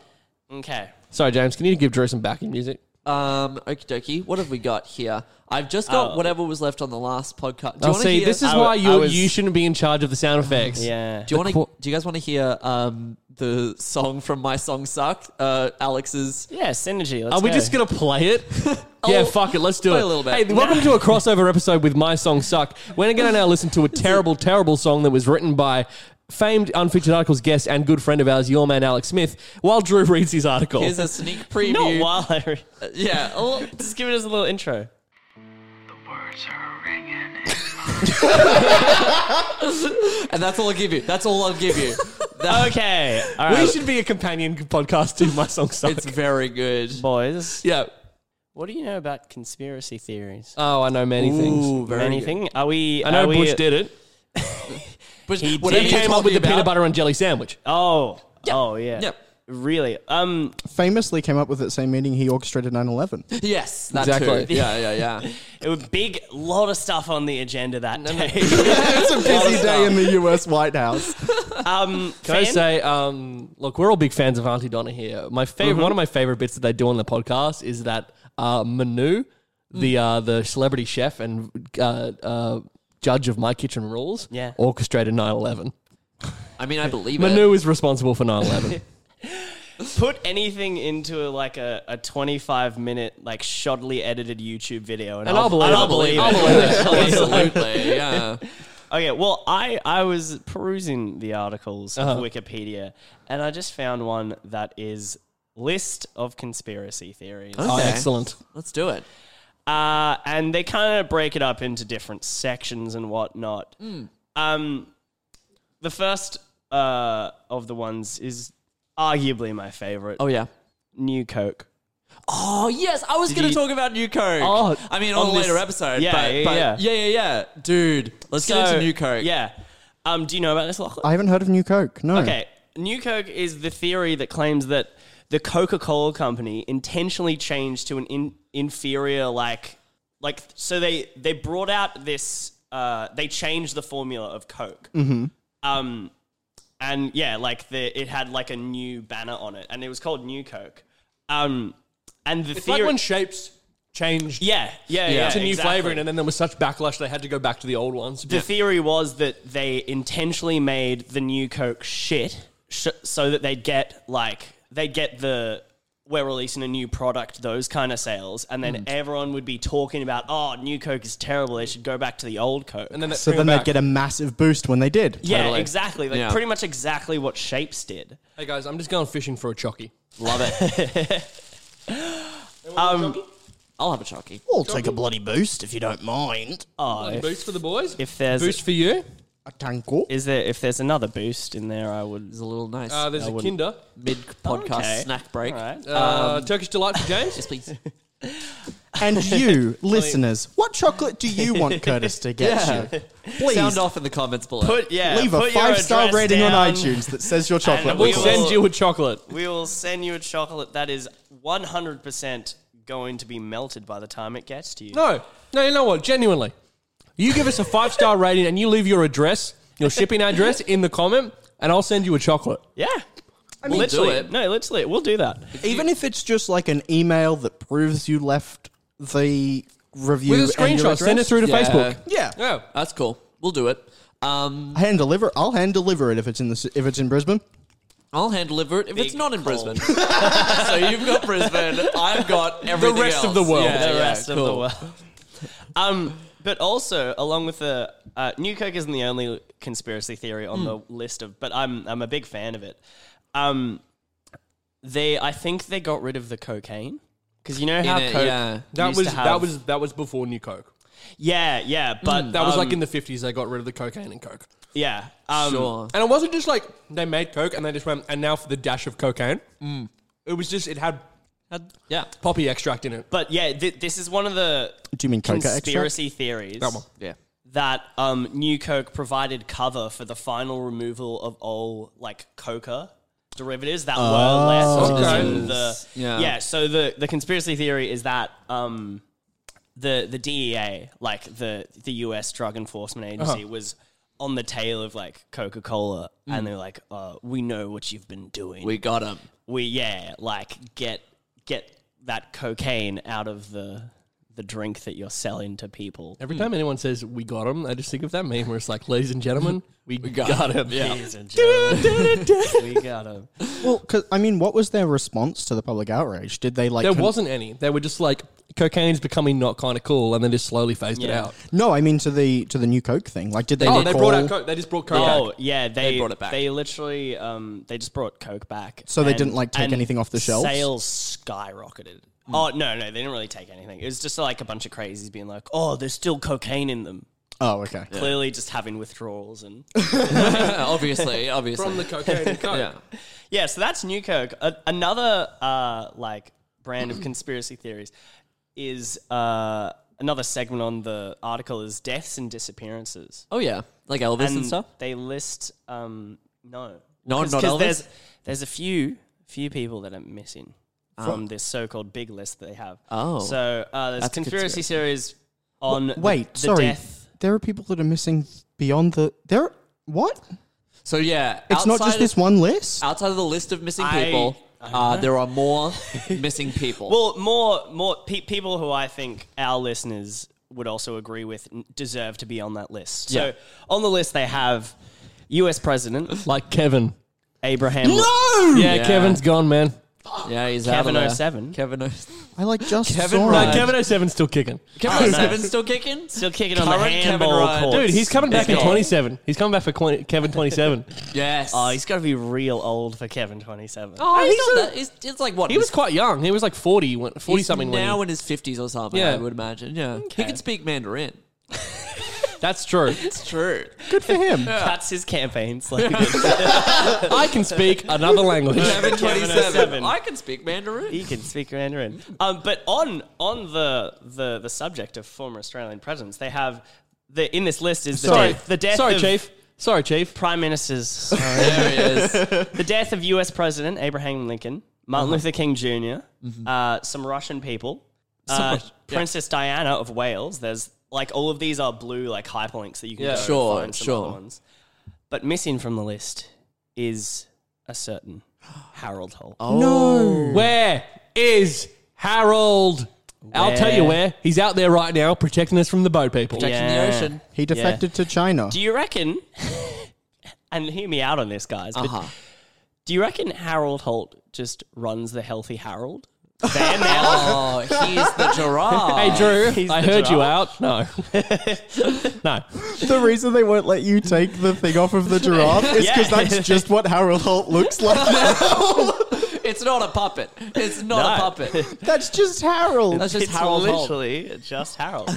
S1: okay.
S2: Sorry, James, can you give Drew some backing music?
S3: Um, okie dokie. What have we got here? I've just got
S1: Oh.
S3: whatever was left on the last podcast. Do you
S2: Oh,
S3: wanna
S2: see,
S3: hear-
S2: this is
S1: I
S2: why
S1: w-
S2: you
S1: I was-
S2: you shouldn't be in charge of the sound effects.
S1: Yeah.
S3: Do you want to?
S2: qu-
S3: Do you guys want to hear um, the song from My Song Suck? Uh, Alex's.
S1: Yeah, synergy. Let's
S2: Are we
S1: go.
S2: just gonna play it? yeah,
S3: I'll-
S2: fuck it. Let's do
S3: Oh, play
S2: it.
S3: a little bit.
S2: Hey, welcome to a crossover episode with My Song Suck. We're gonna now listen to a terrible, terrible song that was written by famed unfeatured articles guest and good friend of ours, your man Alex Smith, while Drew reads his article.
S3: Here's a sneak preview.
S1: Not while I re-
S3: Yeah. I'll-
S1: just give it as a little intro.
S5: Words are ringing.
S3: and that's all I'll give you. That's all I'll give you. That,
S1: Okay. All
S2: we
S1: right.
S2: should be a companion podcast to My Song Suck.
S3: It's very good.
S1: boys.
S2: yeah.
S1: What do you know about conspiracy theories?
S2: Oh, I know many things.
S3: Ooh, very good.
S1: Anything? Are we?
S2: I know
S1: are we,
S2: Bush did it.
S3: But
S1: He
S3: whatever
S1: did.
S3: you
S1: He
S2: Came
S3: told
S2: up with
S3: me
S2: the peanut
S3: about-
S2: butter and jelly sandwich.
S1: Oh. Oh yeah.
S3: Yep.
S1: Really. Um.
S4: Famously came up with that same meaning he orchestrated 9 11.
S3: Yes, that
S2: Exactly.
S3: too. Yeah, yeah, yeah.
S1: It was big. Lot of stuff on the agenda that day.
S4: it's a busy day in the US White House.
S1: um.
S2: Can I
S1: fan-
S2: say, Mm-hmm. um, look, we're all big fans of Auntie Donna here. My favorite, one of my favorite bits that they do on the podcast is that uh, Manu, the uh, the celebrity chef and uh, uh, judge of My Kitchen Rules,
S1: Yeah.
S2: orchestrated 9-11.
S3: I mean, I believe it.
S2: Manu is responsible for 9-11.
S1: Put anything into like a, a 25 minute, like shoddily edited YouTube video, and,
S2: And I'll believe it.
S1: I'll believe
S2: I'll
S1: it.
S3: Absolutely, yeah.
S1: Okay, well, I, I was perusing the articles
S3: Uh-huh.
S1: of Wikipedia, and I just found one that is list of conspiracy theories.
S2: oh,
S3: Okay.
S2: excellent.
S3: Let's do it.
S1: Uh, and they kind of break it up into different sections and whatnot.
S3: Mm.
S1: Um, the first uh, of the ones is arguably my favorite
S3: Oh yeah.
S1: New Coke.
S3: Oh yes, I was going to talk about New Coke.
S2: Oh,
S3: I mean, on,
S1: on
S3: a
S1: this-
S3: later episode.
S1: Yeah,
S3: but,
S1: yeah,
S3: but-
S1: yeah.
S3: yeah, yeah, yeah. Dude, let's get
S1: So,
S3: into New Coke.
S1: Yeah. Um, do you know about this, Lachlan?
S4: I haven't heard of New Coke. No.
S1: Okay, New Coke is the theory that claims that the Coca Cola company intentionally changed to an in, inferior, like, like so they they brought out this, uh, they changed the formula of Coke, um, and yeah, like the it had like a new banner on it, and it was called New Coke, um, and the theory,
S2: shapes changed
S1: yeah, yeah, yeah,
S2: to new
S1: exactly.
S2: flavoring, and then there was such backlash they had to go back to the old ones.
S1: The theory was that they intentionally made the new Coke shit sh- so that they'd get like they'd get the we're releasing a new product those kind of sales and then everyone would be talking about oh new Coke is terrible they should go back to the old Coke.
S2: and then
S4: So then they'd get a massive boost when they did.
S1: yeah,
S2: Totally.
S1: exactly. Like
S3: Yeah.
S1: pretty much exactly what Shapes did.
S2: Hey guys, I'm just going fishing for a chocky.
S3: Love it. um, I'll have a chalky.
S4: I'll take a bloody boost if you don't mind.
S1: Oh, if,
S2: boost for the boys.
S1: if there's
S2: boost for you,
S4: A tanko.
S1: is there if there's another boost in there I would
S3: It's a little nice
S2: uh, there's a
S1: wouldn't.
S2: Kinder,
S3: mid podcast
S1: okay.
S3: snack break.
S1: All right.
S2: uh, Turkish delight for James.
S3: Yes, please.
S4: And you, listeners, what chocolate do you want Curtis to get you? Please
S3: Sound off in the comments below.
S1: Put yeah,
S4: leave a
S1: put your
S4: five star
S1: address
S4: rating on
S1: down.
S4: iTunes that says your chocolate.
S1: And we
S2: we'll
S4: was
S1: will-
S2: send you a chocolate.
S1: We will send you a chocolate that is 100% going to be melted by the time it gets to you.
S2: No, no, you know what? Genuinely, you give us a five star rating and you leave your address, your shipping address, in the comment, and I'll send you a chocolate.
S1: Yeah.
S3: mean-
S1: literally,
S3: We'll do it.
S1: No, literally, we'll do that.
S4: Even if it's just like an email that proves you left the review
S2: With a
S4: and your
S2: screenshot, send it
S4: address.
S2: through to
S3: Yeah. Oh,
S2: Facebook.
S4: Yeah.
S2: Yeah.
S3: That's cool. We'll do it. Um,
S4: Hand deliver. I'll hand deliver it if it's in the c- if it's in Brisbane.
S3: I'll hand deliver it if it's
S1: Big
S3: not in
S1: call.
S3: Brisbane. so you've got Brisbane. I've got everything.
S2: rest of the
S3: else.
S2: world.
S3: Yeah,
S1: the
S3: yeah,
S1: rest
S3: cool.
S1: of the world. um, but also, along with the uh, New Coke isn't the only conspiracy theory on the list of, but I'm I'm a big fan of it. Um, they, I think they got rid of the cocaine because you know how
S3: it,
S1: coke
S3: yeah.
S2: That
S1: used
S2: was
S1: to have,
S2: that was that was before New Coke.
S1: yeah yeah, but
S2: That was
S1: um,
S2: like in the fifties. They got rid of the cocaine and Coke,
S1: yeah um,
S3: Sure.
S2: and it wasn't just like they made Coke and they just went and now for the dash of cocaine. It was just it had
S3: Yeah.
S2: poppy extract in it.
S1: But yeah, th- this is one of the
S4: Do you mean coca extract?
S1: conspiracy theories
S2: That one.
S3: Yeah.
S1: that um, New Coke provided cover for the final removal of all like coca derivatives that were left
S2: Okay.
S1: in the
S3: Yeah.
S1: yeah. So the the conspiracy theory is that um, the the DEA, like the the U.S. Drug Enforcement Agency, was on the tail of like Coca Cola, and they're like, uh, "We know what you've been doing.
S3: We got him.
S1: we yeah, like get get that cocaine out of the the drink that you're selling to people.
S2: Every time anyone says we got him, I just think of that meme where it's like, ladies and gentlemen, we, got, him.
S1: Ladies and gentlemen, we got 'em.
S4: Well, 'cause, I mean, what was their response to the public outrage? Did they like?
S2: There
S4: con-
S2: wasn't any. They were just like cocaine's becoming not kind of cool, and then just slowly phased it
S1: Yeah.
S2: out.
S4: no. I mean, to the to the new Coke thing. Like, did they?
S2: oh, they brought
S4: recall-
S2: out Coke. They just brought Coke.
S1: Oh
S2: back.
S1: yeah, they, they
S3: brought it back.
S1: literally um they just brought Coke back.
S4: So they didn't, like, take
S1: and
S4: anything off the shelves?
S1: Sales skyrocketed.
S3: Hmm.
S1: Oh no, no, they didn't really take anything. It was just like a bunch of crazies being like, "Oh, there's still cocaine in them."
S4: Oh, okay.
S1: Clearly, just having withdrawals and
S3: Uh, obviously, obviously.
S2: from the cocaine and Coke.
S3: yeah.
S1: Yeah, so that's New Coke. A- another uh, like brand of conspiracy theories is uh, another segment on the article is deaths and disappearances.
S3: Oh yeah, like Elvis and, stuff.
S1: they list um, no,
S3: No, not Elvis?
S1: There's, there's a few few people that are missing from this so-called big list that they have.
S3: Ah. Oh.
S1: so uh, there's
S3: That's a
S1: conspiracy
S3: conspiracy.
S1: series on the-
S4: Wait,
S1: the
S4: sorry.
S1: death.
S4: There are people that are missing beyond the there. What?
S3: So yeah,
S4: It's not
S3: outside
S4: just
S3: of-
S4: this one list.
S3: Outside of the list of missing
S1: I-
S3: people, Uh, there are more missing people.
S1: Well, more more pe- people who I think our listeners would also agree with n- deserve to be on that list. So
S3: Yeah.
S1: on the list they have U.S. President
S2: Like Kevin.
S1: Abraham.
S2: Yeah,
S3: Yeah.
S2: Kevin's gone, man.
S3: yeah, he's
S1: Kevin
S3: out of there.
S1: 07.
S3: Kevin oh- 07.
S4: I like just
S3: Kevin
S4: saw
S3: Rudd.
S4: it.
S2: Kevin 07's still kicking.
S3: Kevin 07 still kicking?
S1: Still kicking on the
S3: Current Kevin
S1: handball
S3: Ryan.
S1: court.
S2: Dude, Oh, he's coming back
S3: He's
S2: in
S3: gone.
S2: 27. He's coming back for Qu- Kevin 27.
S3: Yes.
S1: Oh, he's got to be real old for Kevin 27.
S3: Oh, he's,
S2: he's
S3: not
S2: a-
S3: that. He's, it's like what?
S2: he was quite young. He was like 40, when- 40
S3: he's
S2: something. when
S3: now
S2: he-
S3: in his fifties or something.
S2: Yeah.
S3: I would imagine. Yeah, he can speak Mandarin.
S2: That's true.
S3: It's true.
S4: Good for him.
S1: That's his campaign slogan.
S2: I can speak another language.
S3: Kevin twenty
S1: 07.
S3: seven. I can speak Mandarin.
S1: he can speak Mandarin. Um, but on on the, the the subject of former Australian presidents, they have the in this list is the
S2: Sorry,
S1: death, the death
S2: Sorry,
S1: of
S2: Chief. Sorry, Chief.
S1: prime ministers. Sorry.
S3: there he is.
S1: the death of U.S. President Abraham Lincoln, Martin Luther King junior uh, some Russian people, uh,
S3: Russian- yeah.
S1: Princess Diana of Wales. There's like all of these are blue like hyperlinks that you can
S2: Yeah.
S1: go and
S3: Sure,
S1: find some
S3: sure.
S1: other ones. But missing from the list is a certain Harold Holt.
S2: Where is Harold? I'll tell you where. He's out there right now protecting us from the boat people.
S3: Protection in the
S1: Yeah.
S3: ocean.
S4: He defected to China.
S1: Do you reckon? and hear me out on this, guys. But
S3: Uh-huh.
S1: do you reckon Harold Holt just runs the healthy Harold? There now.
S3: Oh, he's the giraffe.
S2: Hey, Drew,
S1: He's
S2: I
S1: the
S2: heard you
S1: giraffe.
S2: out. No. no.
S4: the reason they won't let you take the thing off of the giraffe is because
S1: Yeah.
S4: that's just what Harold Holt looks like now.
S3: It's not a puppet. It's not a
S1: No.
S3: puppet.
S4: that's just Harold.
S3: That's just
S1: it's
S3: Harold. Holt.
S1: literally just Harold.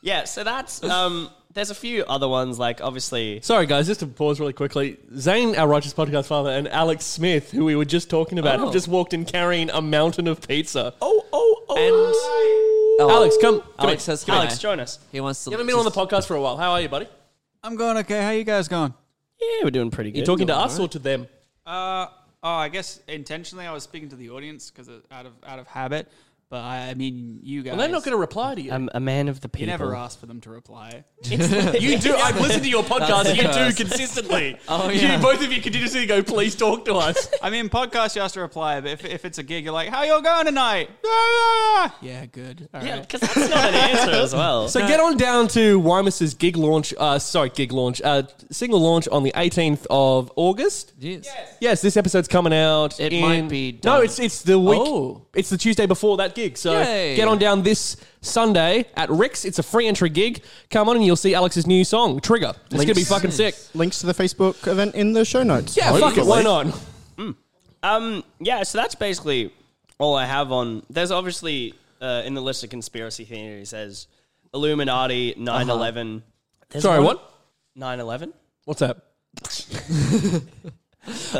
S1: yeah, so that's um there's a few other ones like obviously
S2: Sorry, guys, just to pause really quickly. Zane, our righteous podcast father, and Alex Smith, who we were just talking about,
S3: Oh.
S2: have just walked in carrying a mountain of pizza.
S1: Oh, oh, oh.
S3: Oh,
S2: Alex, come. come
S3: Alex
S2: here.
S3: says hi.
S1: Alex, join us.
S3: He wants to.
S2: You haven't been on the podcast for a while. How are you, buddy?
S6: I'm going okay. How you guys going?
S1: Yeah, we're doing pretty good.
S2: You talking to us or to them?
S6: Uh, oh, I guess intentionally I was speaking to the audience because out of out of habit. But I, I mean, you guys.
S2: And they're not going to reply to you.
S1: I'm a man of the people.
S6: You never asked for them to reply.
S2: You do. I've listened to your podcast.
S3: That's
S2: You
S3: cursed.
S2: do consistently.
S3: Oh, yeah.
S2: You both of you continuously go. Please talk to us.
S6: I mean, podcast you ask to reply, but if, if it's a gig, you're like, "How y'all going tonight?" yeah, good. All right.
S1: Yeah, because that's not an answer as well.
S2: So get on down to Wymus's gig launch. Uh, sorry, gig launch. Uh, single launch on the 18th of August.
S3: Yes.
S2: Yes, this episode's coming out.
S3: It
S2: in-
S3: might be done.
S2: No, it's it's the week.
S3: Oh.
S2: It's the Tuesday before that gig. So
S3: Yay.
S2: get on down this Sunday at Rick's. It's a free entry gig. Come on and you'll see Alex's new song, Trigger. It's gonna be
S4: Links.
S2: fucking sick.
S4: Links to the Facebook event in the show notes.
S2: Yeah, fuck it. Why not?
S1: Um, yeah, so that's basically all I have on. There's obviously uh, in the list of conspiracy theories. There's Illuminati, 9/11. There's
S2: Sorry,
S1: one-
S2: what?
S1: 9/11.
S2: What's that?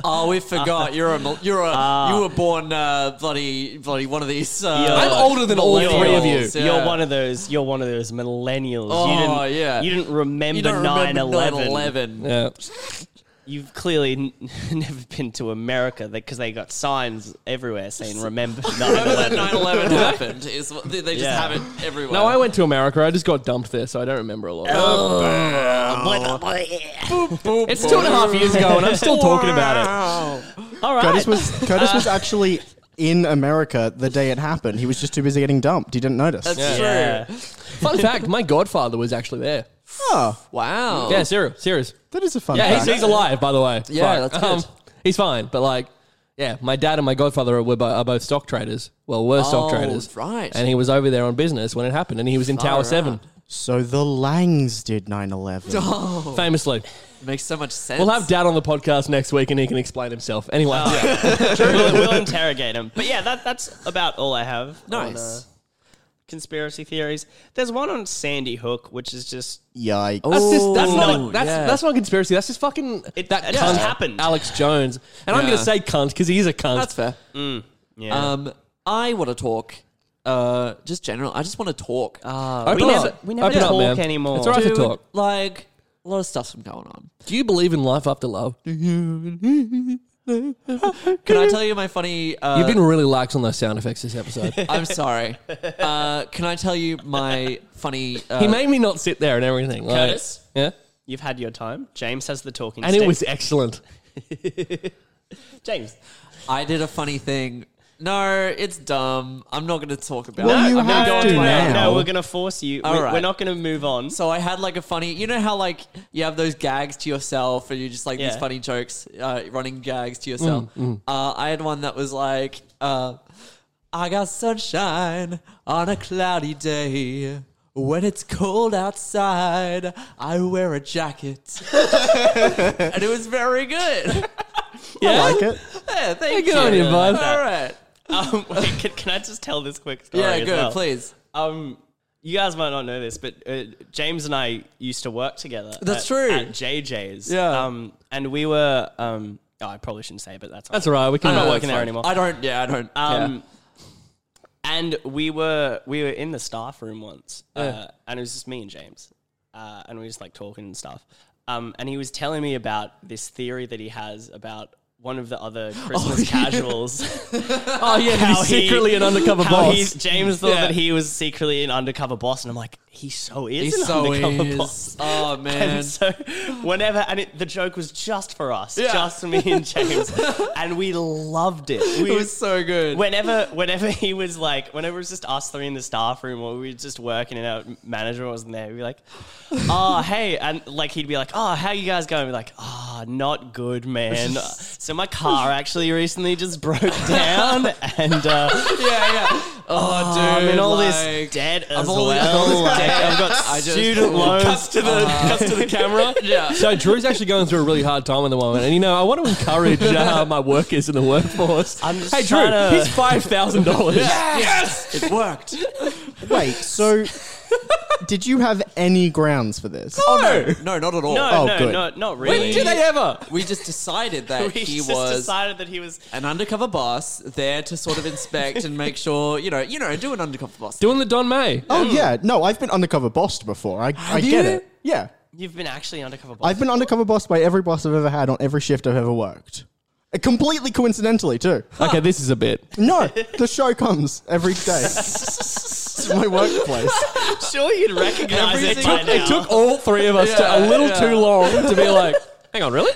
S3: Oh, we forgot. You're a mil- you're a
S2: Ah.
S3: you were born uh, bloody bloody one of these. Uh,
S1: Yeah. I'm
S2: older than all
S3: millennials,
S2: three of you.
S3: yeah.
S1: You're one of those. You're one of those millennials. you
S3: Oh,
S1: didn't,
S3: yeah.
S1: You didn't remember
S3: You don't remember
S1: 9/11.
S3: 9/11.
S2: Yeah.
S1: You've clearly n- never been to America because they got signs everywhere saying "Remember 9/11."
S3: 9/11 happened. Is what- they they just
S1: Yeah.
S3: have it everywhere.
S2: No, I went to America. I just got dumped there, so I don't remember a lot.
S3: Oh.
S2: Uh, it's two and a half years ago, and I'm still talking about it.
S1: all right.
S4: Curtis was Curtis
S2: Uh,
S4: was actually in America the day it happened. He was just too busy getting dumped. He didn't notice.
S3: That's true.
S1: Yeah.
S2: Fun fact: my godfather was actually there.
S4: Oh,
S3: Wow.
S2: Yeah, serious, serious.
S4: that is a fun
S2: Yeah, he's,
S4: fact.
S2: he's alive, by the way.
S3: Yeah,
S2: Fuck. Um,
S3: that's good.
S2: he's fine, but like, yeah, my dad and my godfather are, were bo- are both stock traders. Well, were stock
S3: Oh,
S2: traders,
S3: right.
S2: And he was over there on business when it happened, and he was in Tower
S3: out.
S2: Seven,
S4: so the Langs did 9-11.
S2: famously.
S3: Makes so much sense.
S2: We'll have dad on the podcast next week, and he can explain himself. Anyway,
S1: Oh, we'll, we'll interrogate him. But yeah, that, that's about all I have. on, uh,
S3: Nice.
S1: conspiracy theories. There's one on Sandy Hook, which is just
S4: Yikes.
S2: that's just that's
S3: Ooh,
S2: not that's
S3: yeah.
S2: that's not a conspiracy. That's just fucking
S1: It-
S2: that
S1: it
S2: cunt,
S1: just happened.
S2: Alex Jones, and I'm
S3: Yeah.
S2: gonna say cunt because he is a cunt.
S3: That's fair.
S1: yeah.
S3: Um, I want to talk. Uh, just general. I just want to talk. Uh,
S2: Open
S1: we
S2: up.
S1: never- we never
S2: Open up,
S1: talk
S2: man.
S1: anymore.
S2: It's all right to
S3: dude,
S2: talk.
S3: Like a lot of stuff's been going on.
S2: Do you believe in life after love?
S3: Can I tell you my funny? Uh,
S2: You've been really lax on those sound effects this episode.
S3: I'm sorry. Uh, can I tell you my funny? Uh,
S2: he made me not sit there and everything. Like,
S1: Curtis?
S2: Yeah.
S1: You've had your time. James has the talking
S2: And
S1: stick.
S2: it was excellent.
S1: James.
S3: I did a funny thing. No, it's dumb. I'm not going to talk about
S4: Well,
S3: it.
S4: you
S3: I'm
S4: have
S3: going
S4: to
S3: my
S4: now.
S3: own.
S1: No, we're going to force you.
S3: All
S1: we,
S3: right.
S1: We're not going to move on.
S3: So I had like a funny, you know how like you have those gags to yourself, and you just like
S1: Yeah.
S3: these funny jokes, uh, running gags to yourself. Uh, I had one that was like, uh, "I got sunshine on a cloudy day." When it's cold outside, I wear a jacket, and it was very good.
S4: I like it.
S3: Yeah, thank you.
S2: Good on you, bud.
S3: All right.
S1: Um, wait, can, can I just tell this quick story?
S3: Yeah,
S1: as
S3: good.
S1: well?
S3: Please.
S1: Um, you guys might not know this, but uh, James and I used to work together.
S3: That's
S1: at-
S3: true.
S1: At JJ's.
S3: Yeah.
S1: Um, and we were. Um, oh, I probably shouldn't say, it, but that's all
S2: That's all right. We can.
S1: I'm not
S2: uh,
S1: working there anymore.
S3: I don't. Yeah, I don't.
S1: Um,
S3: care.
S1: And we were we were in the staff room once, uh, and it was just me and James, uh, and we were just like talking and stuff. Um, and he was telling me about this theory that he has about one of the other Christmas casuals.
S2: Oh yeah, he's
S1: he-
S2: secretly an undercover
S1: how
S2: boss.
S1: he- James thought
S2: Yeah.
S1: that he was secretly an undercover boss, and I'm like, he so is
S3: He
S1: an
S3: so
S1: undercover
S3: is.
S1: boss.
S3: Oh man.
S1: And so, whenever, and it, the joke was just for us,
S3: Yeah.
S1: just me and James, and we loved it. We,
S3: it was so good.
S1: whenever whenever he was like whenever it was just us three in the staff room or we were just working and our manager wasn't there, we'd be like, Oh hey and like he'd be like, Oh, how you guys going? We'd be like, Oh, not good, man. so my car actually recently just broke down and uh
S3: yeah, yeah. Oh,
S1: I'm
S3: dude.
S1: in all
S3: like-
S1: this debt as
S3: all-
S1: well. Like, I've got
S3: I just-
S1: student loans. Uh,
S3: Cuts
S1: to the
S2: to the camera.
S3: Yeah.
S2: So Drew's actually going through a really hard time at the moment, and you know I want to encourage uh, my workers in the workforce.
S1: I'm just
S2: hey Drew,
S1: trying to-
S2: here's five thousand dollars.
S3: Yes! It worked.
S4: Wait, so did you have any grounds for this?
S3: Oh, no. No, not at all.
S1: No,
S3: Oh.
S4: Oh,
S1: no,
S4: good.
S1: no, not really.
S2: When did they ever?
S3: We just decided that
S1: we
S3: he
S1: just
S3: was
S1: decided that he was
S3: an undercover boss there to sort of inspect and make sure, you know, you know, do an undercover boss.
S2: Doing the Don May.
S4: Oh yeah, no, I've been undercover bossed before. I, I get
S3: you?
S4: it. Yeah,
S1: you've been actually undercover boss.
S4: I've been undercover bossed by every boss I've ever had on every shift I've ever worked. Uh, completely coincidentally too.
S2: Okay, this is a bit.
S4: No, the show comes every day. it's my workplace.
S1: sure you'd recognize it by now.
S2: It took all three of us to a
S3: Yeah,
S2: little
S3: yeah.
S2: too long to be like, hang on, really?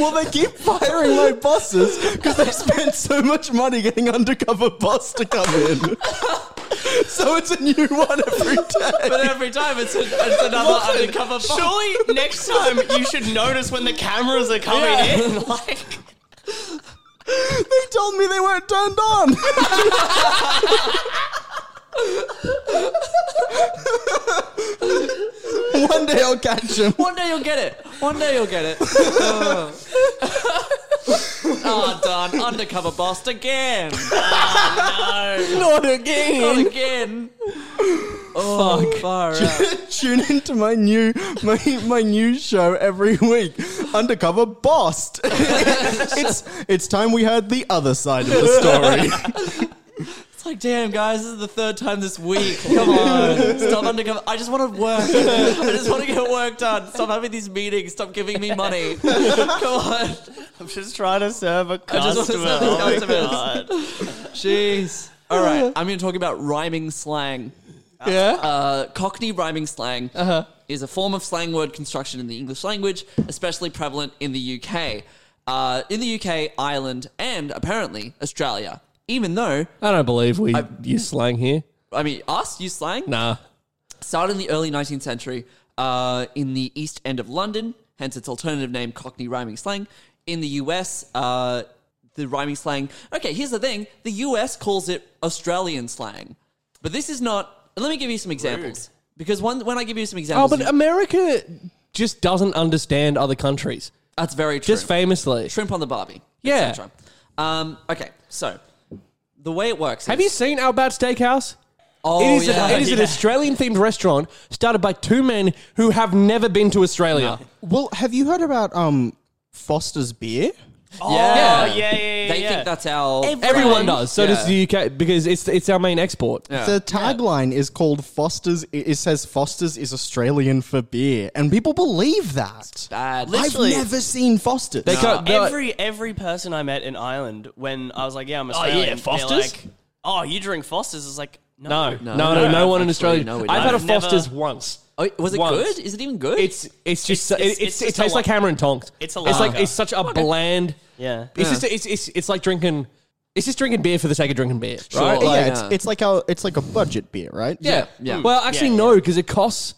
S4: Well, they keep firing my bosses because they spent so much money getting undercover boss to come in. so it's a new one every day.
S3: But every time it's, a, it's another undercover boss.
S1: Surely next time you should notice when the cameras are coming in. Like,
S4: They told me they weren't turned on. one day I'll catch them.
S3: One day you'll get it. One day you'll get it. oh, done. Undercover boss again.
S4: Not again.
S3: Not again. Oh, Fuck. far out.
S4: Tune into my new my my new show every week, Undercover Bossed. it's it's time we heard the other side of the story.
S3: It's like, damn, guys, this is the third time this week. Come on, stop undercover. I just want to work. I just want to get work done. Stop having these meetings. Stop giving me money. Come on,
S1: I'm just trying to serve a
S3: I
S1: customer.
S3: just want to serve
S1: Oh my
S3: customers.
S1: God.
S3: jeez. All right, I'm going to talk about rhyming slang.
S2: Yeah.
S3: Uh, Cockney rhyming slang is a form of slang word construction in the English language, especially prevalent in the UK. Uh, in the UK, Ireland, and apparently Australia. Even though,
S2: I don't believe we use slang here.
S3: I mean, us use slang.
S2: Nah.
S3: started in the early 19th century uh, in the East End of London, hence its alternative name, Cockney rhyming slang. In the US, uh, the rhyming slang. Okay, here's the thing the US calls it Australian slang. But this is not. Let me give you some examples. Because one, when I give you some
S2: Oh,
S3: examples,
S2: but America just doesn't understand other countries.
S3: that's very true.
S2: Just famously.
S3: Shrimp on the Barbie.
S2: Yeah.
S3: etc.. Um, okay, so the way it works.
S2: Have
S3: is-
S2: you seen Outback Steakhouse?
S3: Oh,
S2: it is,
S3: yeah.
S2: a, it is an
S1: Yeah.
S2: Australian themed restaurant started by two men who have never been to Australia.
S4: well, have you heard about um Foster's beer?
S1: Oh, yeah,
S3: Yeah.
S1: yeah, yeah.
S3: They
S1: yeah.
S3: think that's our.
S2: Everyone does. So
S3: Yeah.
S2: does the UK because it's it's our main export.
S4: The tagline is called Foster's. It it says Foster's is Australian for beer, and people believe that.
S3: Bad.
S1: Literally.
S4: I've never seen Foster's.
S2: They go- they're like-
S1: Every every person I met in Ireland when I was like, yeah, I'm Australian. they're
S2: Oh, Foster's?
S1: Like, oh, you drink Foster's? It's like no,
S2: No, no, no, no,
S3: no,
S2: one in
S3: unfortunately,
S2: Australia.
S3: no, we don't.
S2: I've had a
S1: I've never-
S2: Foster's once.
S3: Oh, was it
S2: Once.
S3: good? Is it even good?
S2: It's it's just
S1: It's- it's-
S2: it's,
S1: it's
S2: it's, it
S1: just a
S2: tastes like
S1: lot-
S2: hammer and tongs.
S1: It's a
S2: It's like
S1: lager.
S2: it's such a bland
S1: Yeah.
S2: It's just it's, it's it's like drinking. It's just drinking beer for the sake of drinking beer, right?
S3: Sure.
S2: Like,
S4: yeah,
S3: Like,
S4: it's,
S3: uh,
S4: it's like a it's like a budget beer, right?
S2: yeah,
S3: yeah.
S2: Well, actually,
S1: Yeah,
S2: no, because it costs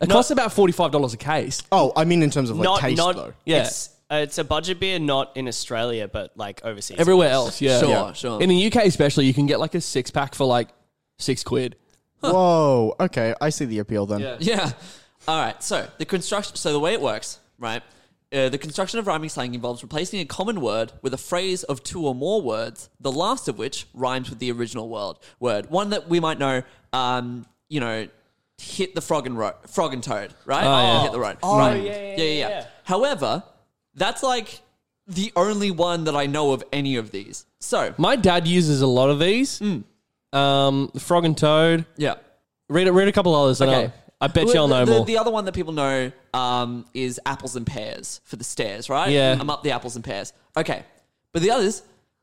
S2: it costs about forty five dollars a case.
S4: Oh, I mean in terms of like
S1: Not
S4: taste
S1: not
S4: though.
S2: Yeah.
S1: It's, uh, it's a budget beer, not in Australia, but like overseas.
S2: Everywhere else, yeah,
S3: Sure,
S2: Yeah.
S3: sure.
S2: In the UK, especially, you can get like a six pack for like six quid.
S4: Whoa. Okay, I see the appeal then.
S3: Yeah. All right. So the construction. So the way it works, right? Uh, the construction of rhyming slang involves replacing a common word with a phrase of two or more words, the last of which rhymes with the original word. Word one that we might know. Um, you know, hit the frog and ro- frog and toad, right?
S2: yeah.
S3: Hit the road. right. Oh, Yeah yeah, However, that's like the only one that I know of any of these. So
S2: My dad uses a lot of these. Um, Frog and Toad.
S3: yeah.
S2: Read read a couple others. and
S3: Okay.
S2: I'll- I bet
S3: Well,
S2: y'all know
S3: the,
S2: more.
S3: The other one that people know um, is apples and pears for the stairs, right?
S2: Yeah.
S3: I'm up the apples and pears. Okay. But the others,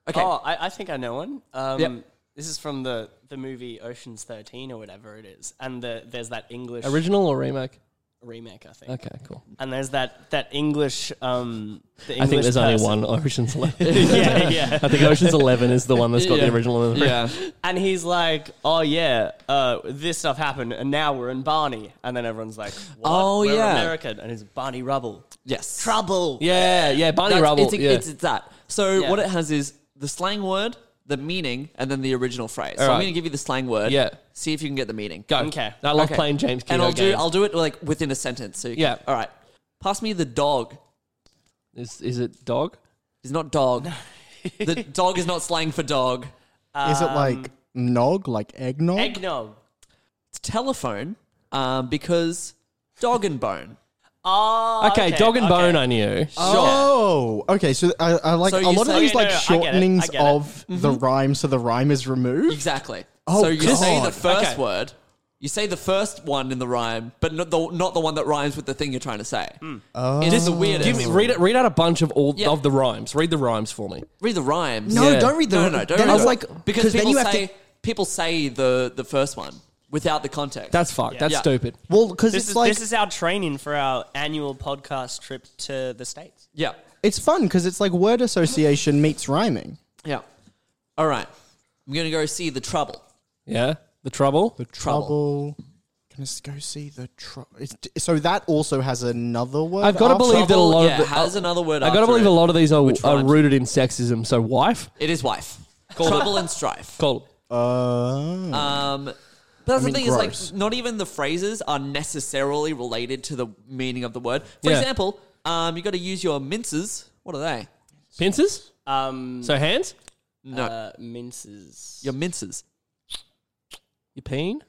S3: okay.
S1: Oh, I, I think I know one. Um,
S3: Yep.
S1: This is from the, the movie Ocean's 13 or whatever it is. And the, there's that English
S2: Original or remake?
S1: remake, I think.
S2: Okay, cool.
S1: And there's that, that English. Um, the English
S2: I think there's only
S1: person.
S2: one Ocean's Eleven.
S1: yeah, yeah.
S2: I think Ocean's Eleven is the one that's got
S3: Yeah.
S2: the original. and the-
S3: yeah.
S1: And he's like, "Oh yeah, uh, this stuff happened, and now we're in Barney." And then everyone's like, what?
S3: Oh,
S1: we're
S3: yeah.
S1: American," and it's Barney Rubble.
S3: yes.
S1: Trouble.
S2: yeah, yeah. Barney
S3: That's-
S2: Rubble.
S3: It's,
S2: yeah.
S3: it's, it's that. So
S1: Yeah.
S3: what it has is the slang word, the meaning, and then the original phrase. so
S2: All
S3: I'm
S2: right.
S3: going to give you the slang word.
S2: Yeah.
S3: See if you can get the meaning.
S2: Go.
S1: Okay.
S2: I love
S3: Okay.
S2: playing James. Keogh
S3: And I'll do
S2: games.
S3: I'll do it like within a sentence. So you can-
S2: Yeah.
S3: All right. Pass me the dog.
S2: Is is it dog?
S3: It's not dog. the dog is not slang for dog.
S4: Is it like nog, like eggnog?
S1: Eggnog.
S3: It's telephone um, because dog and bone.
S1: Oh,
S2: Okay, dog and bone. I knew.
S4: Oh, okay. So I, I like
S3: So
S4: a
S3: you
S4: lot
S3: say-
S4: of these
S3: Okay,
S4: like
S1: no, no, I get it, I
S4: shortenings
S1: get it.
S4: of the rhyme, so the rhyme is removed.
S3: Exactly.
S4: Oh,
S3: so you say the
S4: God.
S3: first
S2: Okay.
S3: word, you say the first one in the rhyme, but not the, not the one that rhymes with the thing you're trying to say.
S4: Hmm.
S3: It is the weirdest.
S2: Give me read it. Read out a bunch of all
S3: Yeah.
S2: of the rhymes. Read the rhymes for me.
S3: Read the rhymes.
S4: No,
S2: Yeah.
S4: don't read the.
S3: no, no, no, don't
S4: then
S3: read
S4: it's
S3: it.
S4: like
S3: because
S4: because
S3: people
S4: then you have
S3: say
S4: to.
S3: people say the the first one without the context.
S2: That's fucked. That's
S3: Yeah.
S2: stupid.
S4: Well, because
S1: This
S4: it's
S1: is
S4: like
S1: this is our training for our annual podcast trip to the states.
S3: yeah,
S4: it's fun because it's like word association meets rhyming.
S3: yeah. All right, I'm gonna go see the trouble.
S2: Yeah. The trouble.
S4: The trouble. Can us go see the trouble? So that also has another word. Oh,
S2: I've got to
S4: after-
S2: believe that a lot
S3: yeah,
S2: of the,
S3: has another word.
S2: I got
S3: after
S2: to believe
S3: it.
S2: a lot of these are, are
S3: rhymes?
S2: rooted in sexism. So wife.
S3: It is wife. Trouble and strife.
S2: Cool.
S4: Uh,
S3: Um, but that's
S4: mean,
S3: the thing
S4: gross.
S3: is like not even the phrases are necessarily related to the meaning of the word. For
S2: Yeah.
S3: example, um, you got to use your minces. What are they?
S2: Pincers.
S1: Um,
S2: So hands.
S3: No,
S1: uh, minces.
S3: your minces.
S2: Your peen.